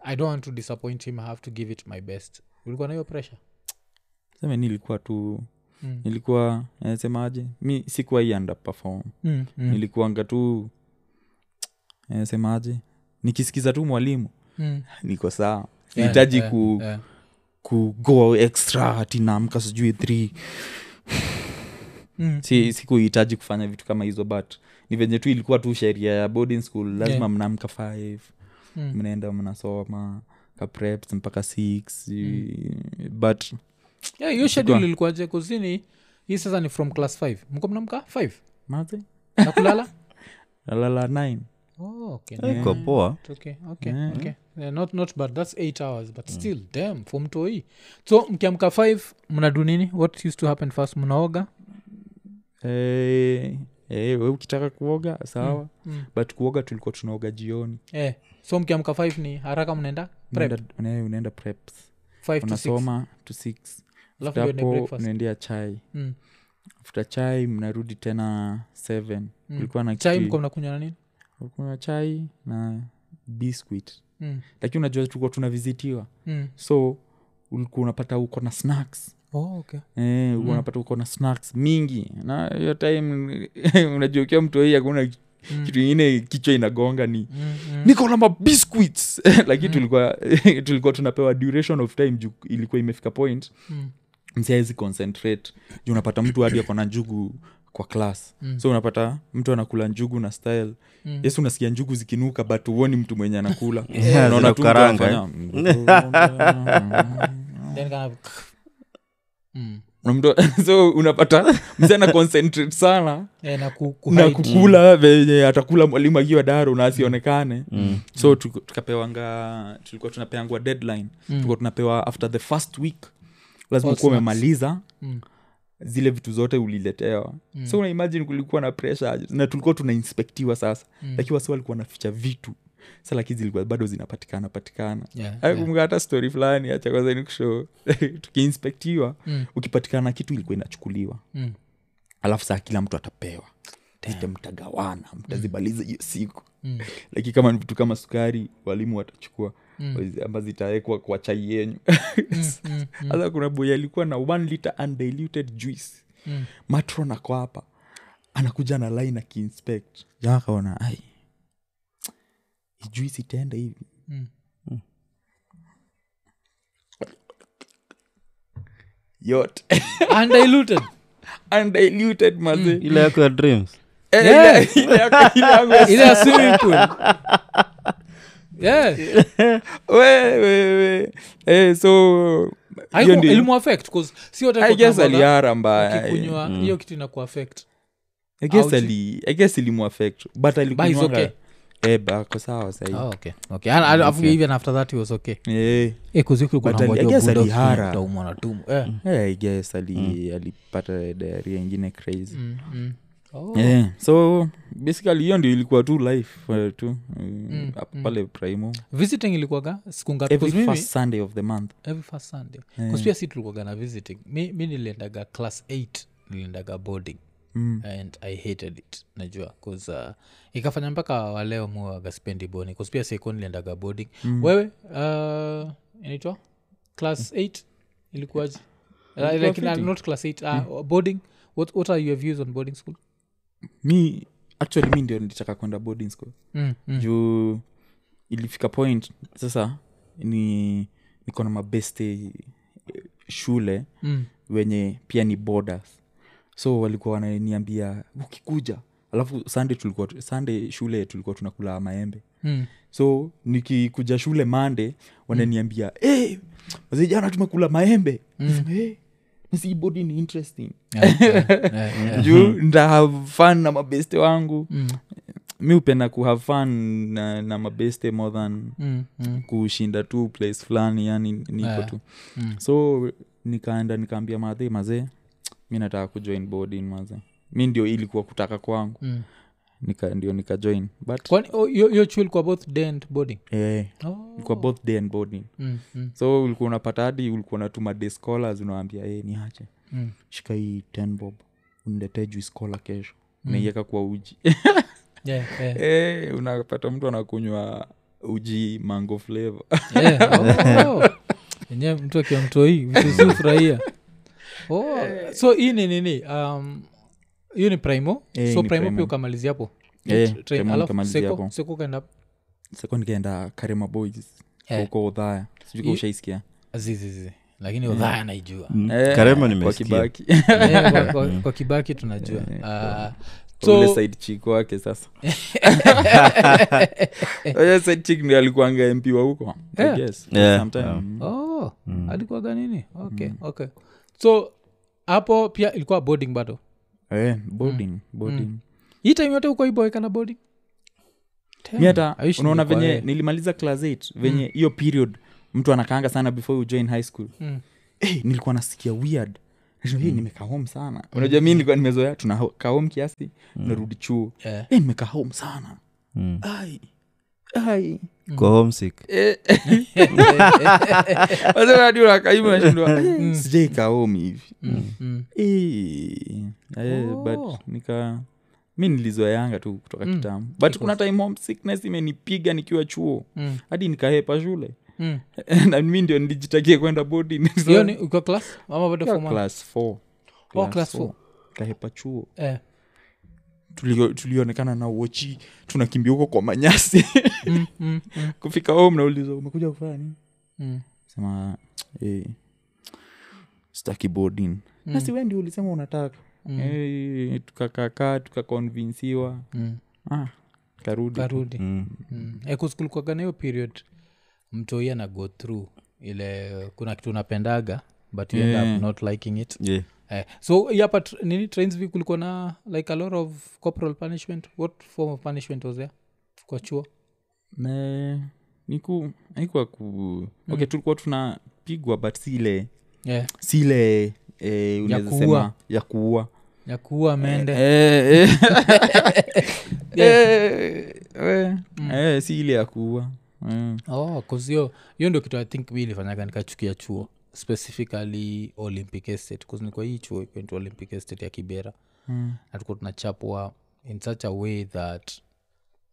Speaker 2: i don't want to disappoint him i have to give it my best ulikuwa na hiyo pressure
Speaker 1: seme nilikuwa tu
Speaker 2: Mm.
Speaker 1: nilikuwa nasemaje mi sikuwa hii underperform
Speaker 2: mm, mm,
Speaker 1: nilikuanga tu nasemaje nikisikiza tu mwalimu
Speaker 2: mm.
Speaker 1: niko sawa
Speaker 2: Yeah,
Speaker 1: nihitaji
Speaker 2: yeah,
Speaker 1: ku,
Speaker 2: yeah.
Speaker 1: ku go extra tinaamka sijui three
Speaker 2: Mm.
Speaker 1: si sikuhitaji kufanya vitu kama hizo but ni venye tu ilikuwa tu sheria ya boarding school lazima
Speaker 2: Yeah.
Speaker 1: mnaamka five
Speaker 2: Mm.
Speaker 1: mnaenda mnasoma kapreps mpaka six mm. but
Speaker 2: yeah, hiyo schedule ilikuwaje kuzini hii sasa ni from class 5 mko mnamka 5
Speaker 1: mazi
Speaker 2: na kulala
Speaker 1: alala nine Eh?
Speaker 2: oh, okay.
Speaker 3: Eh, iko poa
Speaker 2: okay, okay, okay. Yeah, not, not bad that's eight hours but still damn for mtoi so mkiamka 5 mnadu nini what used to happen first mnaoga
Speaker 1: Eh, eh, we ukitaka kuoga sawa
Speaker 2: mm.
Speaker 1: but kuoga tulikuwa tunaoga jioni
Speaker 2: eh, so mkiamka 5 ni haraka mnaenda prep
Speaker 1: unaenda una- unaenda preps
Speaker 2: 5 to 6
Speaker 1: unasoma to six
Speaker 2: alafu
Speaker 1: After
Speaker 2: ndio ni
Speaker 1: hapo
Speaker 2: breakfast
Speaker 1: mnaendea chai
Speaker 2: Mm.
Speaker 1: after chai mnarudi tena seven
Speaker 2: Mm.
Speaker 1: kulikuwa na
Speaker 2: chai
Speaker 1: kitu-
Speaker 2: mko mnakunywa na nini
Speaker 1: kunywa chai na biscuit
Speaker 2: mm.
Speaker 1: lakini unajua tulikuwa tunavizitiwa
Speaker 2: Mm.
Speaker 1: so ulikuwa unapata uko na snacks
Speaker 2: Oh, okay.
Speaker 1: Eh, ulikuwa unapata uko na snacks mingi na hiyo time unajua ukiwa mtu hii hakuna kitu ingine kichwa inagonga ni
Speaker 2: Mm, mm.
Speaker 1: niko na mabiscuits lakini tulikuwa tulikuwa tunapewa duration of time juu ilikuwa imefika point
Speaker 2: Mm.
Speaker 1: msi awezi concentrate juu unapata mtu hadi ako na njugu kwa class
Speaker 2: Mm.
Speaker 1: so unapata mtu anakula njugu na style
Speaker 2: Mm.
Speaker 1: yes unasikia njugu zikinuka but huoni mtu mwenye anakula
Speaker 3: Yeah,
Speaker 1: Unaona tu mtu
Speaker 3: zinakukaranga,
Speaker 1: anafanya-
Speaker 2: Then kana- Mm.
Speaker 1: Na mtu- so unapata mzee ana concentrate sana
Speaker 2: Eh, na ku- ku-
Speaker 1: na
Speaker 2: hide.
Speaker 1: kukula venye atakula mwalimu akiwa daro na asionekane
Speaker 3: Mm.
Speaker 1: so tuku- tukapewanga tulikuwa tunapeangwa deadline tulikuwa tunapewa after the first week lazima
Speaker 2: All
Speaker 1: kuwa
Speaker 2: Mm. snacks.
Speaker 1: umemaliza
Speaker 2: Mm.
Speaker 1: zile vitu zote uliletewa mm. so unaimagine kulikuwa na pressure aje. na tulikuwa tunainspektiwa sasa mm. lakini wasi walikuwa naficha vitu sa lakini zilikuwa bado zinapatikana patikana
Speaker 2: Yeah, yeah.
Speaker 1: akumbuka hata story fulani achakwazaini kusho tukiinspektiwa
Speaker 2: Mm.
Speaker 1: ukipatikana kitu ilikuwa inachukuliwa
Speaker 2: Mm.
Speaker 1: alafu saa kila mtu atapewa Zita mtagawana mtazimaliza hiyo siku
Speaker 2: Mm.
Speaker 1: lakini kama ni vitu kama sukari walimu watachukua ama zitawekwa kwa chai yenyu
Speaker 2: mm,
Speaker 1: hasa kuna boy alikuwa na one liter undiluted juice
Speaker 2: Mm.
Speaker 1: matron ako hapa anakuja na line akiinspect jamaa akaona ai hii juice itaenda hivi
Speaker 2: Mm.
Speaker 1: yote
Speaker 2: Undiluted.
Speaker 1: undiluted mazee
Speaker 3: ile yako ya dreams
Speaker 1: Eh,
Speaker 2: Yeah.
Speaker 1: ile- ile yako- ile yako ya
Speaker 2: Ile ya swimming pool. Yeah.
Speaker 1: we, we, we. Eh, so hiyo
Speaker 2: Haiku-
Speaker 1: ndio-
Speaker 2: ilimuaffect, 'cause si wote
Speaker 1: I
Speaker 2: walikuwa
Speaker 1: guess
Speaker 2: tunakwaga
Speaker 1: aliara mbaya eh.
Speaker 2: wakikunywa,
Speaker 1: mm.
Speaker 2: hiyo kitu inakuaffect.
Speaker 1: I guess
Speaker 2: Auchi.
Speaker 1: ali- I guess ilimuaffect but alikunywanga-
Speaker 2: okay.
Speaker 1: Eh, ba- ako sawa sahii
Speaker 2: Oh, okay. Okay. Ana- ana- afu even after that he was okay.
Speaker 1: Eh,
Speaker 2: Eh, 'cause huku kuna
Speaker 1: But ali-
Speaker 2: ngoja
Speaker 1: I guess
Speaker 2: buda
Speaker 1: alihara.
Speaker 2: utaumwa na tumbo. Eh.
Speaker 1: eh, I guess ali- alipata diaria ingine crazy
Speaker 2: Mm, mm. Oh.
Speaker 1: Eh, so basically hiyo ndio ilikuwa tu life eh, tu mm, hapo pale primo
Speaker 2: visiting ilikuwaga siku ngapi? 'Cause
Speaker 1: every
Speaker 2: mimi-
Speaker 1: first sunday of the month
Speaker 2: every first sunday yeah. pia si tulikuaga na visiting mi, mi niliendaga class 8 niliendaga boarding mm. and i hated it najua bcause uh, ikafanya mpaka waleo muwagaspendi boni bcause pia siko niliendaga boarding mm. wewe uh, inaitwa class 8 ilikuwaji Uh,
Speaker 1: Ilikuwa
Speaker 2: like, na-
Speaker 1: fitting.
Speaker 2: not class 8 uh, boarding what, what are your views on boarding school
Speaker 1: mi actually mi ndio nilitaka kwenda boarding school
Speaker 2: mm, mm,
Speaker 1: juu ilifika point sasa ni niko na mabeste eh, shule
Speaker 2: mm,
Speaker 1: wenye pia ni borders so walikuwa wananiambia ukikuja alafu sunday tulikuwa sunday shule tulikuwa tunakula maembe
Speaker 2: mm.
Speaker 1: so nikikuja shule mande wananiambia mm. hey, wazee jana tumekula maembe mm. hey, nasi body ni interesting
Speaker 2: Yeah, yeah, yeah, yeah.
Speaker 1: juu nda have fun na mabeste wangu
Speaker 2: Mm,
Speaker 1: mi hupenda kuhave fun na, na mabeste more than
Speaker 2: mm, mm,
Speaker 1: kushinda tu place fulani yani niko
Speaker 2: Yeah.
Speaker 1: tu
Speaker 2: Mm.
Speaker 1: so nikaenda nikaambia madhe mazee mi nataka kujoin boarding mazee mi ndio ilikuwa kutaka kwangu
Speaker 2: mm.
Speaker 1: nika, ndio nikajoin but
Speaker 2: Kwani- oh, hiyo hiyo chuo ilikuwa both day and boarding
Speaker 1: eh,
Speaker 2: oh.
Speaker 1: ilikuwa both day and boarding
Speaker 2: mm, mm,
Speaker 1: so ulikuwa unapata hadi ulikuwa natuma day scholars unawambia e, niache
Speaker 2: mm.
Speaker 1: shika hii 10 bob uniletee juu scholar kesho
Speaker 2: Mm.
Speaker 1: unaiweka kwa uji
Speaker 2: yeah, yeah.
Speaker 1: Eh, unapata mtu anakunywa uji mango flavor
Speaker 2: Yeah, Eh, oh, enyewe mtu akiwa mtoi vitu si ufurahia oh, so hii ni nini um, hiyo ni primo
Speaker 1: Eh,
Speaker 2: so
Speaker 1: ni
Speaker 2: primo
Speaker 1: primo.
Speaker 2: pia ukamalizia hapo
Speaker 1: Eh,
Speaker 2: Tra-
Speaker 1: primo
Speaker 2: alafu
Speaker 1: nikamalizia
Speaker 2: seko-
Speaker 1: hapo.
Speaker 2: seko ukaenda hapo?
Speaker 1: sikuwa nikaenda karema boys
Speaker 2: Eh.
Speaker 1: huko udhaya sijui kama
Speaker 2: Yu-
Speaker 1: ushaisikia
Speaker 2: Zi, zi, zi. lakini udhaa anaijua
Speaker 3: Mm.
Speaker 1: Eh,
Speaker 3: karema
Speaker 1: kwa
Speaker 3: nimesikia
Speaker 1: Kibaki.
Speaker 2: Eh, kwa- kwa- kwa kibaki tunajua Ah, So-
Speaker 1: ule side chick wake sasa Ule side chick ndio alikuanga mp wa huko I
Speaker 2: Yeah.
Speaker 1: guess.
Speaker 3: Yeah.
Speaker 1: Sometime. Mm.
Speaker 3: Yeah.
Speaker 2: oh alikuwaga nini okay okay so hapo pia ilikuwa boarding bado
Speaker 1: Eh,
Speaker 2: Mm.
Speaker 1: boarding, boarding.
Speaker 2: hii time yote huko iboeka na boarding Damn,
Speaker 1: mi hata
Speaker 2: I wish
Speaker 1: unaona
Speaker 2: ningekuwa
Speaker 1: venye
Speaker 2: wewe.
Speaker 1: nilimaliza class
Speaker 2: Mm.
Speaker 1: 8 venye hiyo period mtu anakaanga sana before you join high school
Speaker 2: Mm.
Speaker 1: hey, nilikuwa nasikia weird Nasema, "Hey, nimekaa home sana
Speaker 2: Mm.
Speaker 1: unajua mi nilikuwa nimezoea tunakaa home kiasi
Speaker 3: Mm.
Speaker 1: narudi chuo
Speaker 2: Yeah.
Speaker 1: hey, nimekaa home sana ai ai
Speaker 3: kwa homesick
Speaker 1: Eh, Wazee hadi unakaimu unashindwa, "Eh, sijai kaa home hivi
Speaker 2: Mm.
Speaker 1: Eh, eh,
Speaker 2: Oh. Mm.
Speaker 1: but nika mi nilizoeanga tu kutoka kitamu but kuna time home sickness imenipiga nikiwa chuo
Speaker 2: Mm.
Speaker 1: hadi nikahepa shule
Speaker 2: Mm.
Speaker 1: na mi ndio nilijitakia kwenda boarding. So,
Speaker 2: hiyo ni ukiwa class ama bado
Speaker 1: nikiwa
Speaker 2: form one?
Speaker 1: class four.
Speaker 2: Oh,
Speaker 1: Class
Speaker 2: class
Speaker 1: four.
Speaker 2: four.
Speaker 1: nikahepa chuo
Speaker 2: Eh.
Speaker 1: Tulio- tulionekana na wochi tunakimbia huko kwa manyasi
Speaker 2: Mm, mm, mm,
Speaker 1: kufika home nauliza umekuja kufanya nini
Speaker 2: mm.
Speaker 1: sema eh, sitaki boarding
Speaker 2: Mm.
Speaker 1: nasi wendi ulisema unataka
Speaker 2: hmm,
Speaker 1: Eh, tukakakaa tukakonvinsiwa
Speaker 2: Mm.
Speaker 1: ah, karudi
Speaker 2: karudi Mm. Eh, kuskulikuwaga na hiyo period mtoi ana go through ile kuna kitu unapendaga but you end
Speaker 1: Yeah.
Speaker 2: up not liking it
Speaker 3: yeah.
Speaker 2: eh, so hii hapa tr- nini trainsv kulikuwa na like a lot of corporal punishment what form of punishment was there kwa chuo
Speaker 1: Ne, niku haikuwa ku
Speaker 2: Mm.
Speaker 1: okay tulikuwa tunapigwa but si ile
Speaker 2: yeah.
Speaker 1: si ile eh, unaweza
Speaker 2: kuua.
Speaker 1: sema ya kuua
Speaker 2: ya kuua mende
Speaker 1: Eh, eh. Eh, eh.
Speaker 2: Mm.
Speaker 1: Eh, si ile ya kuua Eh.
Speaker 2: oh, 'cause hiyo hiyo ndio kitu i think mi ilifanyaga nikachukia chuo specifically olympic estate kuzinikwa hii chuo ikuwa olympic estate ya kibera mm. na tukuwa tunachapwa in such a way that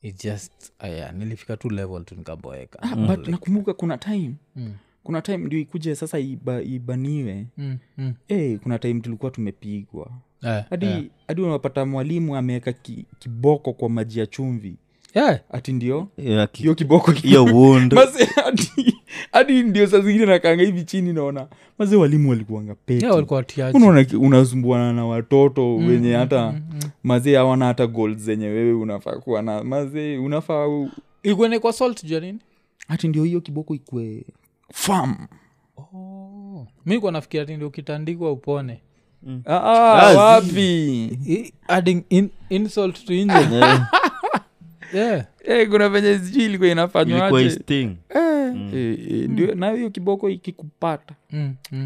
Speaker 2: it just aya nilifika tu level tu nikaboeka
Speaker 1: Ah,
Speaker 2: Mm.
Speaker 1: but nakumbuka kuna time
Speaker 2: Mm.
Speaker 1: kuna time ndio ikuje sasa iba, ibaniwe
Speaker 2: Mm, mm.
Speaker 1: eh, kuna time tulikuwa tumepigwa
Speaker 2: Eh,
Speaker 1: hadi
Speaker 2: eh.
Speaker 1: hadi unapata mwalimu ameweka ki, kiboko kwa maji ya chumvi
Speaker 2: Yeah.
Speaker 1: ati ndio
Speaker 3: Yeah, ki-
Speaker 1: hiyo kiboko ki-
Speaker 3: Eh, hiyo wound
Speaker 1: Mase, hadi- hadi ndio saa zingine nakanga hivi chini naona maze walimu walikuanga peti
Speaker 2: Yeah, walikuwa watiaji.
Speaker 1: unaona ki- unasumbuana na watoto wenye hata mazee hawana hata gold zenye wewe unafaa kuwa na mazee unafaa u-
Speaker 2: Ilikuwa inaitwa salt jua nini
Speaker 1: hati ndio hiyo kiboko ikwe fam
Speaker 2: oh. mi kuwa nafikira ti ndio ukitandikwa upone
Speaker 1: Ah, ah,
Speaker 3: Azi.
Speaker 1: wapi
Speaker 2: I- adding in, insult to injury
Speaker 3: Yeah,
Speaker 2: Ah, yeah.
Speaker 1: Eh, kuna venye sijui ilikuwa
Speaker 3: ilikuwa
Speaker 1: inafanywaje
Speaker 3: isting
Speaker 1: Eh, eh, eh, ndio nayo hiyo kiboko ikikupata
Speaker 2: mm, mm.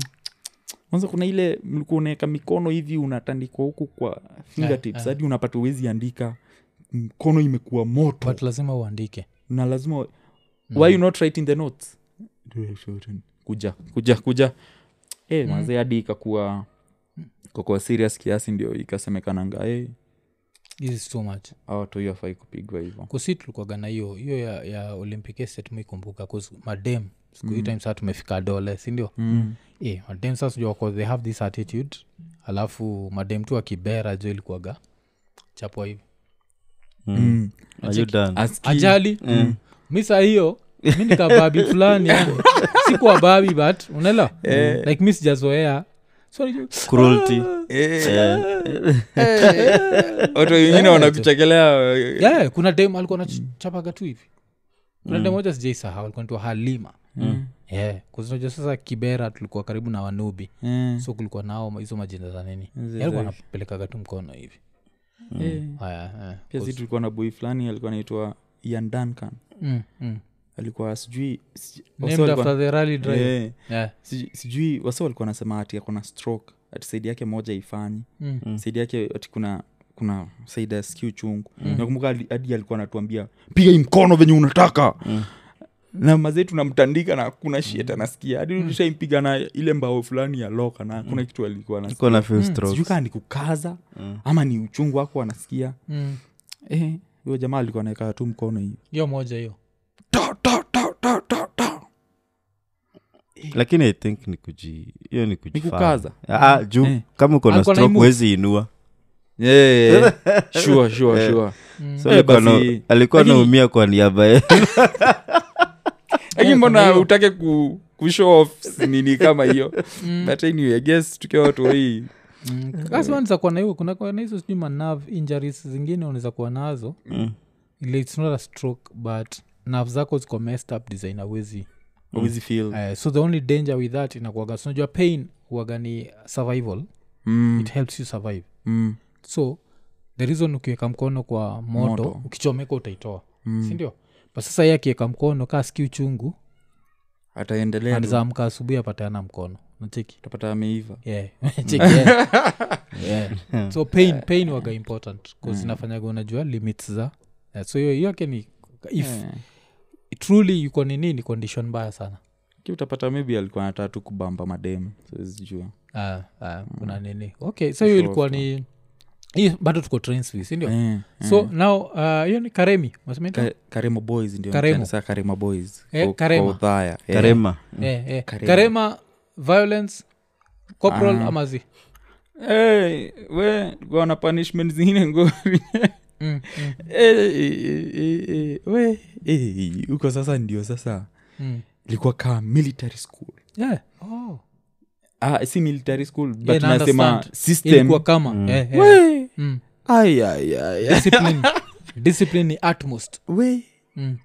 Speaker 1: kwanza kuna ile mlikuwa unaweka mikono hivi unatandikwa huku kwa
Speaker 2: Eh,
Speaker 1: fingertips hadi unapata uwezi andika mkono imekuwa moto
Speaker 2: but Mm. lazima uandike
Speaker 1: na lazima why you not writing the notes kuja kuja kuja hey,
Speaker 2: Mm.
Speaker 1: mazee hadi ikakuwa kakuwa serious kiasi ndio "Eh, ikasemekananga hey,
Speaker 2: this is too much
Speaker 1: awatoi afai kupigwa hivo
Speaker 2: kusi tulikuwaga na hiyo hiyo ya, ya olympic estate mikumbuka madem mm. time saa tumefika dole sindio mm. yeah, madem saa sijua wako- they have this attitude alafu madem tu akibera jo ilikuwaga chapwa hivi
Speaker 3: Mm.
Speaker 1: Mm.
Speaker 3: are you
Speaker 1: Ah.
Speaker 3: done
Speaker 2: ajali mm. mi saa hiyo mi nikababi fulani yani sikuwa babi but unaelewa like mi sijazoea so ni-
Speaker 3: cruelty
Speaker 1: Ah.
Speaker 3: Yeah.
Speaker 1: Eh.
Speaker 2: Eh.
Speaker 1: watu wengine wanakuchekelea eh.
Speaker 2: yeah, kuna dem alikuwa nachapaga tu hivi kuna dem moja sijaisahau alikuwa naitwa halima yeah. kuzinajua sasa kibera tulikuwa karibu na wanubi
Speaker 1: Eh,
Speaker 2: so kulikuwa nao ma- hizo majina za nini Yaani
Speaker 1: Hizo
Speaker 2: alikuwa
Speaker 1: za-
Speaker 2: anapelekaga tu mkono hivi
Speaker 1: eh.
Speaker 2: haya eh.
Speaker 1: pia si tulikuwa na boy fulani alikuwa anaitwa ian duncan
Speaker 2: Mm, mm.
Speaker 1: alikuwa sijui sij- wase
Speaker 2: named
Speaker 1: walikuwa-
Speaker 2: after the rally drive
Speaker 1: Eh,
Speaker 2: yeah.
Speaker 1: sij- sijui wase walikuwa wanasema ati akona stroke ati saidi yake moja ifanyi
Speaker 2: Mm.
Speaker 1: saidi yake ati kuna kuna saidi ya skiu chungu
Speaker 2: Mm.
Speaker 1: nakumbuka hadi- hadi alikuwa anatuambia piga hii mkono venye unataka
Speaker 2: Mm.
Speaker 1: na mazee tunamtandika na kuna shiet anasikia
Speaker 2: Mm.
Speaker 1: hadi tushaimpiga na ile mbao fulani ya loka na kuna kitu alikuwa anasikia
Speaker 3: Niko na few strokes.
Speaker 1: sijui kaa ni kukaza ama ni uchungu wako anasikia
Speaker 2: Mm.
Speaker 1: Eh, huyo jamaa alikuwa anaekaa tu mkono hivi
Speaker 2: hiyo moja hiyo
Speaker 1: ta ta ta ta ta ta
Speaker 3: lakini i think ni kuji hiyo ni
Speaker 1: Ni
Speaker 3: kujifahamu.
Speaker 1: kukaza
Speaker 3: Ah, juu
Speaker 1: Eh.
Speaker 3: kama uko na
Speaker 2: Alikuwa na
Speaker 3: stroke
Speaker 2: imove.
Speaker 3: huwezi inua
Speaker 1: yeah. sure, sure, sure.
Speaker 3: so
Speaker 2: Mm,
Speaker 1: Eh,
Speaker 3: alikuwa na-
Speaker 1: basi-
Speaker 3: alikuwa
Speaker 1: lakini-
Speaker 3: naumia kwa niaba ya-
Speaker 1: lakini
Speaker 2: kuna
Speaker 1: mbona
Speaker 2: hiyo. Mm.
Speaker 1: utake ku, ku show off nini kama hiyo but anyway, I guess tukiwa watu hii
Speaker 2: Ah, unaweza kuwa na hiyo kuna kuwa na hizo sijui manav injuries zingine unaweza kuwa nazo
Speaker 3: Mm.
Speaker 2: Ile it's not a stroke but nav zako ziko messed up design awezi
Speaker 1: Huwezi feel.
Speaker 3: Eh.
Speaker 2: uh, so the only danger with that inakuaga so unajua pain huwaga ni survival
Speaker 1: Mm,
Speaker 2: it helps you survive
Speaker 1: mm,
Speaker 2: so the reason ukiweka mkono kwa moto,
Speaker 1: Moto.
Speaker 2: ukichomeka utaitoa
Speaker 1: Mm.
Speaker 2: sindio but sasa ye akiweka mkono kaa ski uchungu
Speaker 1: ataendelea tu.
Speaker 2: anazaamka asubuhi apateana mkono nacheki
Speaker 1: utapata ameiva
Speaker 2: Yeah. Cheki, yeah. Yeah. so pain pain waga important bcause inafanyaga unajua limits za yeah, so hiyo hiyo yake ni if
Speaker 1: Eh,
Speaker 2: truly yuko ni nini condition mbaya sana
Speaker 1: ki utapata maybe alikuwa anataka tu kubamba mademu siwezijua
Speaker 2: Ah, ah, kuna nini okay so hiyo ilikuwa ni hii bado tuko transfi sindio
Speaker 1: eh,
Speaker 2: so now uh, hiyo ni karemi wasemeta
Speaker 1: Ka- karemo boys ndio
Speaker 2: Karemo.
Speaker 1: kanisa karema boys
Speaker 2: Eh,
Speaker 1: Kwa-
Speaker 2: Karema.
Speaker 1: kwa udhaya Eh,
Speaker 3: karema
Speaker 2: eh, eh.
Speaker 1: Karema.
Speaker 2: karema violence corporal
Speaker 1: Ah.
Speaker 2: amazi
Speaker 1: Eh, we tuko na punishment zingine ngori
Speaker 2: mm, mm,
Speaker 1: Eh, eh, eh, eh, we eh, huko sasa ndio sasa
Speaker 2: mm.
Speaker 1: ilikuwa kaa military school
Speaker 2: yeah. oh.
Speaker 1: ah, si military school but
Speaker 2: Yeah, na
Speaker 1: nasema
Speaker 2: understand.
Speaker 1: system
Speaker 2: ilikuwa kama eh, eh.
Speaker 1: we
Speaker 2: Mm.
Speaker 1: ai, ai, ai, ai.
Speaker 2: discipline discipline ni utmost
Speaker 1: we
Speaker 2: mm.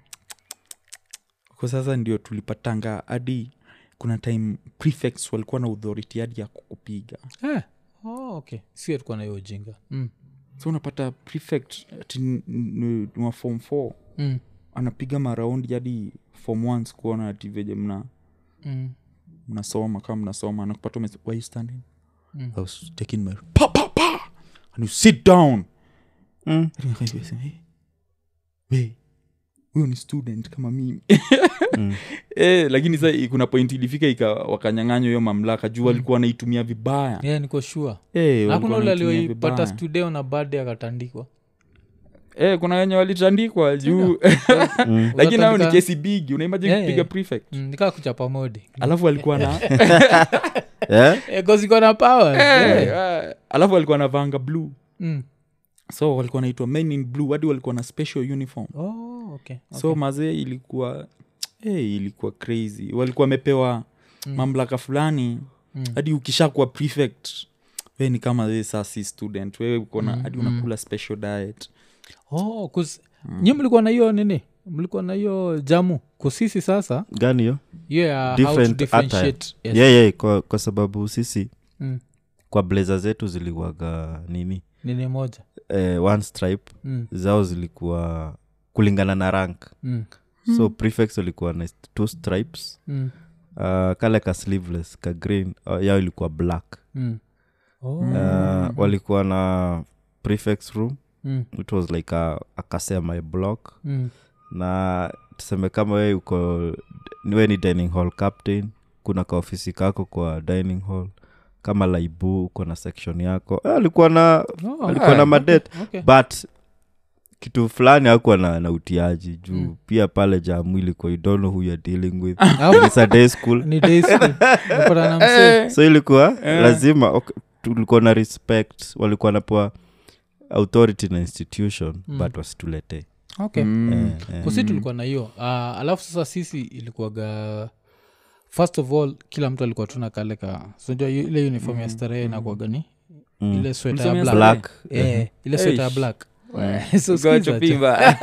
Speaker 1: kwa sasa ndio tulipatanga hadi kuna time prefects walikuwa na authority hadi ya kukupiga
Speaker 2: eh. oh, okay si alikuwa na hiyo ujinga mm.
Speaker 1: so unapata prefect ati ni- ni- ni wa form four
Speaker 2: Mm.
Speaker 1: anapiga maraundi hadi form ones kuona ati venye mna
Speaker 2: Mm.
Speaker 1: mnasoma kama mnasoma anakupata ume- why you standing
Speaker 2: Mm.
Speaker 1: i was taking my pa pa pa and you sit down
Speaker 3: Mm.
Speaker 1: Hadi nikaanza kusema, "Hey, we huyo ni student kama mimi
Speaker 3: Mm.
Speaker 1: eh, lakini sa kuna point ilifika ika wakanyang'anywa hiyo mamlaka juu walikuwa wanaitumia vibaya
Speaker 2: yeah, niko shua
Speaker 1: Mm. Eh, walikuwa
Speaker 2: hakuna ule
Speaker 1: wanaitumia
Speaker 2: alioipata
Speaker 1: vibaya.
Speaker 2: studio na baada akatandikwa
Speaker 1: Eh, kuna wenye walitandikwa juu Mm. lakini nao ni
Speaker 2: Uzatandika-
Speaker 1: kesi bigi unaimajini
Speaker 2: Yeah,
Speaker 1: kupiga
Speaker 2: yeah.
Speaker 1: prefect
Speaker 2: Mm, nikaa kuchapa modi
Speaker 1: alafu alikuwa na
Speaker 3: Eh?
Speaker 2: koziko na power
Speaker 1: Eh, eh, alafu alikuwa na vanga blue
Speaker 2: Mm.
Speaker 1: so walikuwa naitwa men in blue hadi walikuwa na special uniform
Speaker 2: Oh, okay.
Speaker 1: so mazee ilikuwa hey, ilikuwa crazy walikuwa wamepewa mm. mamlaka fulani
Speaker 2: Mm.
Speaker 1: hadi ukishakuwa prefect we ni kama wewe saa si student wewe ukona hadi unakula special diet
Speaker 2: oh, kus-
Speaker 1: Mm.
Speaker 2: nyi mlikuwa na hiyo nini mlikuwa na hiyo jamu kusisi sasa
Speaker 3: gani hiyo
Speaker 2: hiyo ya how to
Speaker 3: Different
Speaker 2: differentiate yes.
Speaker 3: yeah, yeah, kwa, kwa sababu sisi
Speaker 2: Mm.
Speaker 3: kwa blazer zetu zilikuwaga nini
Speaker 2: nini moja
Speaker 3: eh, one stripe
Speaker 2: Mm,
Speaker 3: zao zilikuwa kulingana na rank
Speaker 2: mm,
Speaker 3: so prefects walikuwa na two stripes
Speaker 2: mm,
Speaker 3: uh, kale ka sleeveless ka green uh, yao ilikuwa black
Speaker 2: mm. Oh,
Speaker 3: uh, walikuwa na prefects room
Speaker 2: mm,
Speaker 3: it was like a, a kasema a block
Speaker 2: mm,
Speaker 3: na tuseme kama we uko we ni dining hall captain kuna kaofisi kako kwa dining hall kama laibu uko na section yako Eh, alikuwa na
Speaker 2: Oh,
Speaker 3: alikuwa na madet
Speaker 2: okay.
Speaker 3: but kitu fulani akuwa na, na utiaji juu pia pale jamu ilikuwa you don't know who you're dealing with
Speaker 2: Au,
Speaker 3: it's a day school
Speaker 2: ni day school. Unapata na msee.
Speaker 3: so ilikuwa lazima okay, tulikuwa na respect walikuwa napewa authority na institution mm. but wasituletee
Speaker 2: Okay.
Speaker 1: mm.
Speaker 3: eh, eh.
Speaker 2: kusi tulikuwa na hiyo Ah, alafu sasa sisi ilikuwaga first of all kila mtu alikuwa tuna kale ka sinajua ile uniform ya starehe inakuwaga ni
Speaker 3: Mm.
Speaker 2: ile sweta ya
Speaker 1: Ulisomea
Speaker 2: black,
Speaker 3: black
Speaker 2: Eh, ile sweta ya
Speaker 1: Eish.
Speaker 2: black
Speaker 1: Eh,
Speaker 2: So sikiza,
Speaker 1: ugonjwa pimba.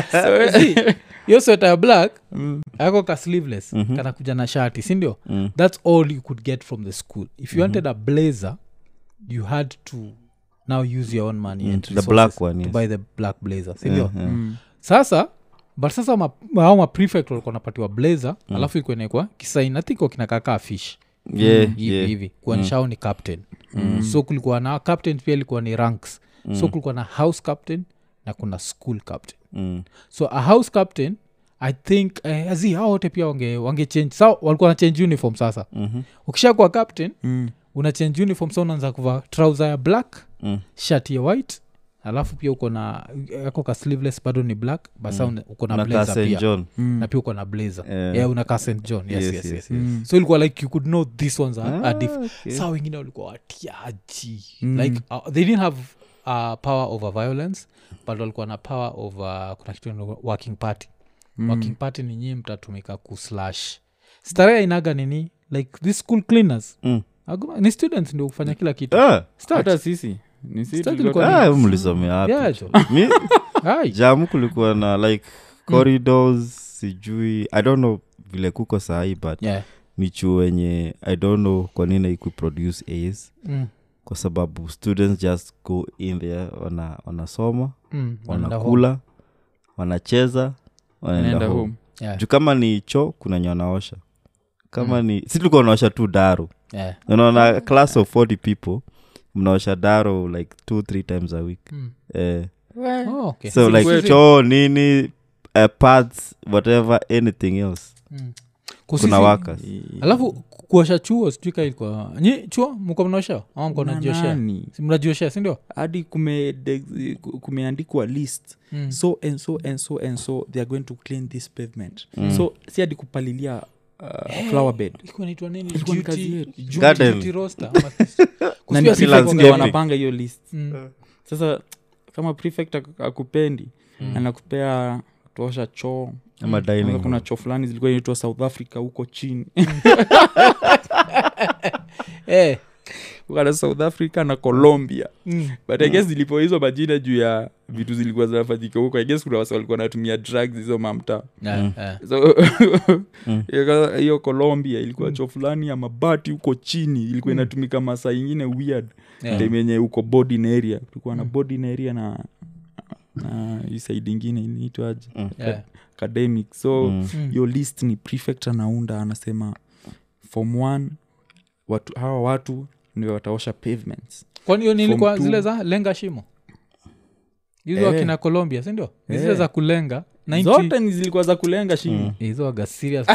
Speaker 2: hiyo sweta ya black
Speaker 1: Mm.
Speaker 2: ako ka sleeveless kana kuja na shati sindio
Speaker 3: Mhm. Mm. Mhm.
Speaker 2: thats all you could get from the school if you wanted a blazer you had to now use your own money and
Speaker 3: Mm, the
Speaker 2: resources
Speaker 3: black one,
Speaker 2: to
Speaker 3: yes. Mm-hmm.
Speaker 2: buy the black blazer sindio
Speaker 1: Mm.
Speaker 2: sasa but sasa ma- ma- hao maprefect walikuwa napatiwa blazer
Speaker 3: Mm.
Speaker 2: alafu ilikuwa inaekwa kisaini nathiko kinakakaa fish Mm,
Speaker 3: Yeah,
Speaker 2: hivi
Speaker 3: yeah. Mm.
Speaker 2: hivi kuonyesha hao ni captain so kulikuwa na captain pia ilikuwa ni ranks so kulikuwa na house captain na kuna school captain
Speaker 3: Mm.
Speaker 2: so a house captain i think eh, azi hao wote pia wange, wange change sa walikuwa na change uniform sasa
Speaker 3: Mhm,
Speaker 2: mm-hmm. ukishakuwa captain
Speaker 1: Mm.
Speaker 2: una change uniform sa unaanza kuvaa trouser ya black
Speaker 3: Mm.
Speaker 2: shirt ya white alafu pia uko na ako ka sleeveless bado ni black basa mm. uko na
Speaker 3: Unakaa
Speaker 2: blazer
Speaker 3: St.
Speaker 2: pia
Speaker 3: John.
Speaker 2: na pia uko na blazer
Speaker 3: Eh.
Speaker 2: yeah, unakaa st john yes, yes,
Speaker 3: Yes,
Speaker 2: yes, Ah,
Speaker 3: yes, yes.
Speaker 1: Mm.
Speaker 2: so ilikuwa like you could know this ones are, are different
Speaker 3: okay.
Speaker 2: saa wengine walikuwa watiaji like uh, they didn't have uh, power over violence but walikuwa na power over kuna kitu inaitwa working party
Speaker 1: mm.
Speaker 2: Mm. working party ni nyii mtatumika kuslash starehe inaga nini like this school cleaners
Speaker 3: Mm.
Speaker 2: Aguma- ni students ndio kufanya kila kitu
Speaker 3: Ah,
Speaker 2: Start.
Speaker 1: hata sisi ni sisi
Speaker 2: Start
Speaker 1: tulikuwa-
Speaker 2: ilikuwa-
Speaker 3: ah, mlisomea wapi?
Speaker 2: Yeah, jo.
Speaker 3: Mi-
Speaker 2: Ai.
Speaker 3: jamu kulikuwa na like
Speaker 2: Mm.
Speaker 3: corridors sijui i don't know vile kuko sahii but
Speaker 2: Yeah.
Speaker 3: ni chuo wenye i don't know kwa nini haikuproduce as
Speaker 2: Mm.
Speaker 3: kwa sababu students just go in there wana, wanasoma
Speaker 2: Mm. Wanaenda home.
Speaker 3: wanakula wanacheza wanaenda
Speaker 1: Naenda
Speaker 3: home,
Speaker 1: home.
Speaker 2: Yeah.
Speaker 3: juu kama ni cho kuna nye wanaosha
Speaker 2: Mm.
Speaker 3: kama ni si tulikuwa wanaosha tu daru
Speaker 2: Yeah.
Speaker 3: unaona class of 40 people mnaosha daro like two three times a week
Speaker 2: Mm.
Speaker 3: eh,
Speaker 2: Oh, okay.
Speaker 3: so
Speaker 1: Si
Speaker 3: like
Speaker 1: kwetu.
Speaker 3: choo nini uh, pads whatever anything else
Speaker 2: Kusisi-
Speaker 3: kuna workers
Speaker 2: alafu kuosha chuo sijui kaa ilikuwa nyi chuo mko mnaosha ama mko
Speaker 1: Na
Speaker 2: mnajioshea
Speaker 1: nani?
Speaker 2: Si mnajioshea sindio
Speaker 1: hadi kume de- kumeandikwa list
Speaker 2: Mm.
Speaker 1: so and so and so and so they are going to clean this pavement so si hadi kupalilia uh,
Speaker 2: Eh,
Speaker 1: flower bed
Speaker 2: ilikuwa inaitwa nini
Speaker 1: Ilikuwa ni
Speaker 2: Duty-
Speaker 1: kazi yetu.
Speaker 2: duty-
Speaker 3: Garden.
Speaker 2: duty roster ama si-
Speaker 1: Na
Speaker 2: Kusikia
Speaker 1: ni
Speaker 2: si-
Speaker 1: prefect ndio
Speaker 3: landscaping.
Speaker 1: wanapanga hiyo list
Speaker 2: Mm.
Speaker 1: sasa kama prefect ak- akupendi
Speaker 2: Hmm.
Speaker 1: anakupea tuosha choo
Speaker 3: ama
Speaker 1: Kwanza
Speaker 3: dining
Speaker 1: kuna choo fulani zilikuwa inaitwa south africa huko chini
Speaker 2: Eh.
Speaker 1: ukana south africa na colombia
Speaker 2: Mm.
Speaker 1: but i guess zilipewa hizo majina juu ya vitu zilikuwa zinafanyika huko i guess kuna wasa walikuwa wanatumia drugs hizo mamta
Speaker 2: Yeah, yeah.
Speaker 1: so
Speaker 3: Mm.
Speaker 1: hiyo- hiyo colombia ilikuwa choo fulani ya mabati huko chini
Speaker 3: Mm.
Speaker 1: ilikuwa inatumika masaa ingine weird
Speaker 2: Yeah.
Speaker 1: time yenye huko boarding area tulikuwa
Speaker 3: Mm.
Speaker 1: na boarding area na na hii side ingine inaitwaje
Speaker 2: Yeah.
Speaker 1: academic so
Speaker 3: Mm.
Speaker 2: Mm.
Speaker 1: hiyo list ni prefect anaunda anasema form one watu, hawa watu ndio wataosha pavements
Speaker 2: kwani hiyo
Speaker 1: Form
Speaker 2: nilikuwa
Speaker 1: two.
Speaker 2: zile za lenga shimo hizo
Speaker 1: Eh.
Speaker 2: akina colombia sindio ni zile
Speaker 1: Eh.
Speaker 2: za kulenga 90
Speaker 1: zote ni zilikuwa za kulenga shingi
Speaker 3: Mm.
Speaker 2: hizo waga serious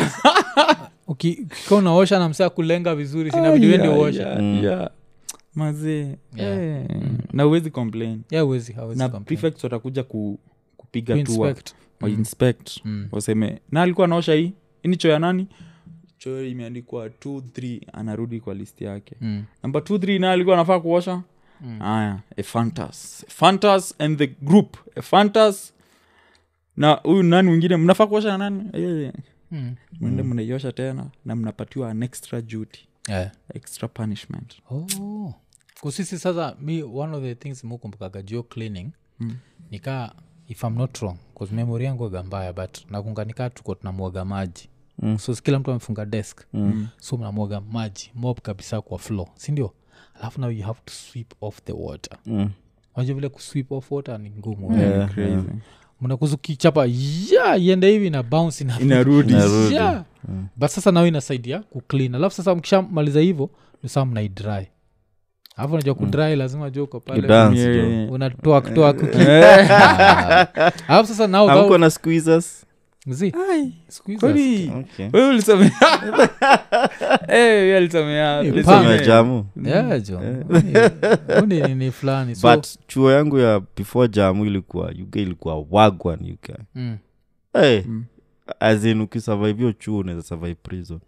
Speaker 2: Uki- ukikaa unaosha na msea kulenga vizuri sina video
Speaker 1: Ah,
Speaker 2: ende
Speaker 1: yeah,
Speaker 2: uoshe
Speaker 1: yeah,
Speaker 3: Mm.
Speaker 1: yeah. mazee
Speaker 2: Yeah.
Speaker 1: eh, na uwezi complain
Speaker 2: yeah uwezi hawezi
Speaker 1: na
Speaker 2: complain.
Speaker 1: prefect watakuja ku, kupiga tua
Speaker 2: Inspect.
Speaker 1: wainspect
Speaker 2: Mm.
Speaker 1: waseme na alikuwa anaosha hii ini choo ya nani choo imeandikwa 23 anarudi kwa list yake
Speaker 2: Mm.
Speaker 1: namba 23 naye alikuwa anafaa kuosha haya efantas efantas and the group efantas na huyu nani mwingine mnafaa kuosha na nani Eh,
Speaker 2: Mm.
Speaker 1: mwende mnaiosha tena na mnapatiwa an extra duty
Speaker 2: Yeah.
Speaker 1: extra punishment
Speaker 2: Eh. Oh. kusisi sasa mi one of the things mukumbukaga jio cleaning mm. nikaa if i'm not wrong bcause memori yangu aga mbaya but nakunga nikaa tuko tunamwaga maji mm. so kila mtu amefunga desk mm. so mnamwaga maji mob kabisa kwa floor sindio alafu now you have to sweep off the water
Speaker 3: Mm.
Speaker 2: waja vile kusweep off water ni ngumu
Speaker 1: Mm.
Speaker 3: Yeah,
Speaker 1: Crazy.
Speaker 3: yeah.
Speaker 2: mnakuzukichapa ya iende hivi na bounce ina-
Speaker 1: inarudi
Speaker 3: Inarudi.
Speaker 2: Yeah. but sasa nao inasaidia kuclean alafu sasa mkishamaliza hivo nisaa mnaidry alafu unajua kudry lazima jua uko
Speaker 3: You
Speaker 2: pale
Speaker 3: dance,
Speaker 1: Yeah,
Speaker 3: jo.
Speaker 1: yeah.
Speaker 2: unatoa kutoa kuki
Speaker 1: Eh,
Speaker 2: alafu sasa
Speaker 1: Oh,
Speaker 2: nao
Speaker 3: Hamkuwa
Speaker 2: thao-
Speaker 3: na squeezers
Speaker 2: Mzee,
Speaker 1: ai,
Speaker 2: siku hizi as-
Speaker 1: kweli
Speaker 3: Okay.
Speaker 1: wewe ulisomea Eh, wewe Eh, alisomea
Speaker 2: Ni
Speaker 1: ulisomea-
Speaker 2: panga.
Speaker 3: Tumia jamu
Speaker 2: Yeah, jo. Huu ni- huu ni nini fulani so
Speaker 3: but chuo yangu ya before jamu ilikuwa uk ilikuwa wagwan uk
Speaker 2: mm,
Speaker 3: hey,
Speaker 1: Hmm.
Speaker 3: azin ukisurvive hiyo chuo unaweza survive prison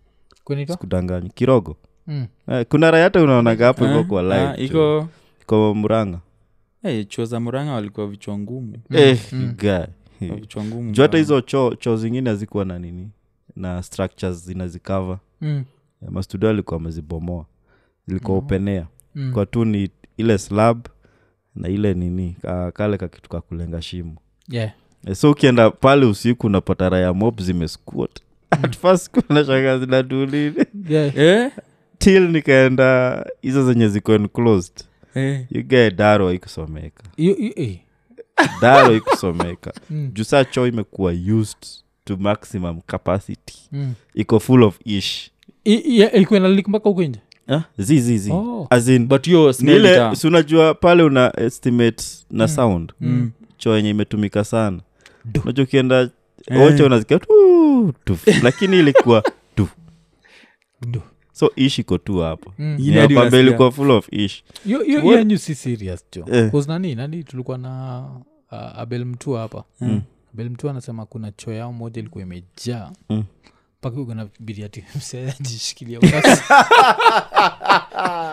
Speaker 2: kunaitwa?
Speaker 3: sikudanganyi kirogo
Speaker 2: Mm,
Speaker 3: Eh, kuna raya hata unaonaga hapo iko
Speaker 1: Ah,
Speaker 3: kwa
Speaker 1: ah,
Speaker 3: live jo.
Speaker 1: iko
Speaker 3: kwa muranga
Speaker 1: Eh, chuo za muranga walikuwa vichwa ngumu
Speaker 2: Mm,
Speaker 3: Eh, you guy.
Speaker 1: Walikuwa vichwa ngumu
Speaker 3: Eh, juu hata
Speaker 1: sana.
Speaker 3: hizo choo choo zingine hazikuwa na nini na structures zinazikava
Speaker 2: mm,
Speaker 3: Eh, mastudio alikuwa amezibomoa ilikuwa upenea
Speaker 2: mm.
Speaker 3: kwa tu ni ile slab na ile nini ka- kale kakitu ka kulenga shimo
Speaker 2: Yeah.
Speaker 3: Eh, so ukienda pale usiku unapata raya mob zimesquat
Speaker 2: Mm.
Speaker 3: at first kuna shanga zinadulini
Speaker 2: Yeah.
Speaker 1: Eh,
Speaker 3: till nikaenda hizo zenye ziko enclosed
Speaker 1: eh,
Speaker 3: you get daro haikusomeka
Speaker 2: Hiyo- hiyo- eh.
Speaker 3: daro ikusomeka
Speaker 2: Mm.
Speaker 3: juu saa choo imekuwa used to maximum capacity
Speaker 2: Mm.
Speaker 3: iko full of ish
Speaker 2: I- yeah, ilikuwa inalik mpaka huko nje
Speaker 3: Ah, zi zi zi
Speaker 2: Oh.
Speaker 3: As in,
Speaker 1: but hiyo
Speaker 3: ni
Speaker 1: smell
Speaker 3: ile
Speaker 1: ita-
Speaker 3: si unajua pale una estimate na sound
Speaker 1: Mm.
Speaker 3: choo yenye imetumika sana
Speaker 2: Du.
Speaker 3: unajua ukienda
Speaker 1: Eh.
Speaker 3: wote unasikia tu tu lakini ilikuwa tu
Speaker 2: Du.
Speaker 3: so ish iko tu hapo
Speaker 2: Mm.
Speaker 1: Yine hadi
Speaker 3: nakwambia
Speaker 1: unasikia.
Speaker 3: ilikuwa full of ish
Speaker 2: Yo- yo-
Speaker 3: What?
Speaker 2: hiyo yenyu si serious jo
Speaker 3: Eh.
Speaker 2: 'Cause nani nani tulikuwa na uh, abel mtua hapa abel mtua anasema kuna choo yao moja ilikuwa imejaa
Speaker 3: Mm.
Speaker 2: mpaka mm. kunabidi ati msee ajishikilia Unas-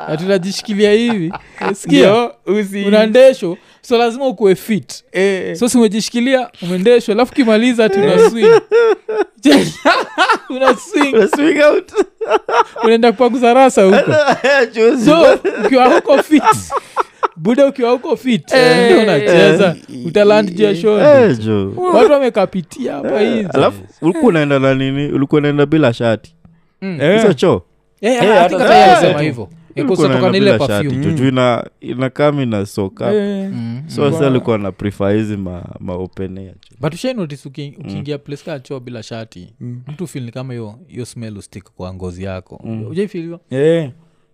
Speaker 2: Ati unajishikilia hivi skia
Speaker 1: Ndio, usi-
Speaker 2: unaendeshwa so lazima ukuwe fit
Speaker 1: Eh, eh.
Speaker 2: Eh. so si umejishikilia umeendeshwa alafu kimaliza ati unaswing una swing
Speaker 3: Una swing out.
Speaker 2: unaenda kupanguza rasa huko
Speaker 3: Juzi.
Speaker 1: eh,
Speaker 2: so ukiwa huko fit buda ukiwa huko fit eh, ndio unacheza utaland jashoni
Speaker 3: Eh, jo.
Speaker 2: watu wamekapitia hapa hizi
Speaker 3: alafu
Speaker 2: Eh.
Speaker 3: ulikuwa unaenda na nini ulikuwa unaenda bila shati hizo choo
Speaker 2: Eh,
Speaker 1: Eh,
Speaker 2: Mm. hata
Speaker 1: hata
Speaker 2: kama yeye
Speaker 1: sasa
Speaker 2: alisema
Speaker 1: tu.
Speaker 2: hivyo Eh,
Speaker 3: Ulikuwa
Speaker 2: kutokana
Speaker 3: unaenda
Speaker 2: na ile
Speaker 3: bila shati,
Speaker 2: perfume.
Speaker 3: jo, juu ina- inakaa mi na soak up.
Speaker 1: Eh,
Speaker 2: Mm.
Speaker 3: so sa alikuwa na prefer hizi ma- maopenea jo.
Speaker 2: but ushanotice uki- ukiingia place kaa choo bila shati
Speaker 1: mm.
Speaker 2: mtu fil ni kama hiyo hiyo smell ustik kwa ngozi yako ujaifil hivyo
Speaker 1: Eh.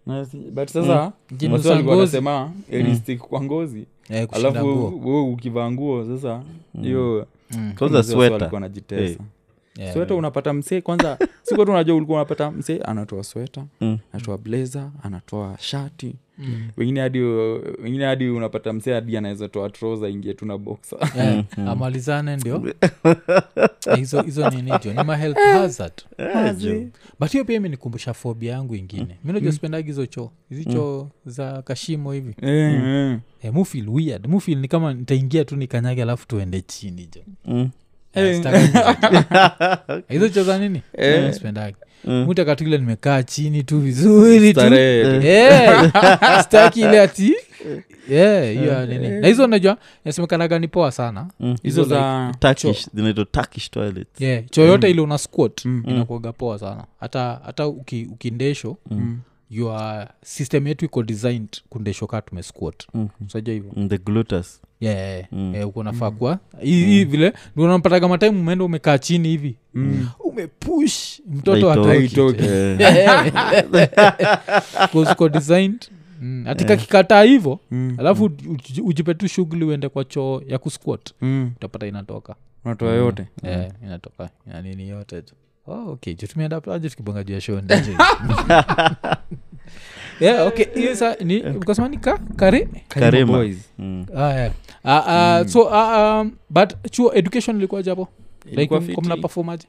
Speaker 1: Na si- but
Speaker 3: Mm.
Speaker 1: sasa
Speaker 2: Jinusa
Speaker 1: watu walikuwa
Speaker 2: ngozi.
Speaker 1: wanasema elistik kwa ngozi
Speaker 2: Eh, kushinda
Speaker 1: alafu
Speaker 2: nguo. Mm.
Speaker 1: we ukivaa nguo sasa hiyo
Speaker 3: Kwanza Mm. sweater. Eh.
Speaker 1: najitesa
Speaker 2: Yeah.
Speaker 1: sweta unapata msee kwanza siku tu unajua ulikuwa unapata msee anatoa sweta
Speaker 3: Mm.
Speaker 1: anatoa blazer anatoa shati
Speaker 2: Mm.
Speaker 1: wengine hadi wengine hadi unapata msee hadi anaweza toa troza ingie tu na boksa
Speaker 2: Eh, amalizane ndio Eh, hizo hizo nini jo ni ma health hazard
Speaker 3: Eh, jo.
Speaker 2: but hiyo pia imenikumbusha fobia yangu ingine mi najua sipendagi hizo choo hizi choo za kashimo hivi eh, mufil weird mufil ni kama nitaingia tu nikanyage alafu tuende chini jo
Speaker 3: Mm.
Speaker 2: Eh, sitaki hizo. hizo choo za nini Eh, sipendagi
Speaker 3: Mm.
Speaker 2: mutakatu ile nimekaa chini tu vizuri tu
Speaker 1: starehe
Speaker 2: Eh, sitaki ile ati Eh, hiyo ya nini na hizo najua nasemekanaga ni poa sana
Speaker 1: hizo za
Speaker 3: Mm. Turkish, zinaitwa Turkish toilets.
Speaker 2: yeah, choyote ile una squat inakuaga poa sana hata hata uki, ukindesho
Speaker 1: Mm.
Speaker 2: your system yetu iko designed kundesho kaa tumesquat sajua hivyo
Speaker 3: Mm, the glutas
Speaker 2: yeah, yeah.
Speaker 3: Mm.
Speaker 2: Eh, uko nafaa kuwa hii hii vile ndio unampataga mataimu umeenda umekaa chini hivi
Speaker 1: Mm.
Speaker 2: umepush mtoto
Speaker 3: Haitoki.
Speaker 1: Haitoki.
Speaker 2: hatoki
Speaker 3: Eh.
Speaker 2: Because uko designed Mm, hatika kikataa hivo
Speaker 1: Mm.
Speaker 2: alafu uji- ujipe tu shughuli uende kwa choo ya kusquat
Speaker 1: Mm,
Speaker 2: utapata inatoka
Speaker 1: unatoa yote
Speaker 2: Eh, inatoka ina nini yote tu Oh, okay jo tumeenda paje tukibonga juu ya show yeah, okay hiyo sa ni ukasema ni ka kare Mm.
Speaker 3: Karima.
Speaker 1: Boys.
Speaker 3: Mm.
Speaker 2: ah, yeah. ah, ah, so ah, um, but chuo education ilikuwa japo
Speaker 1: Ilikuwa
Speaker 2: like
Speaker 1: fiti.
Speaker 2: mna performaje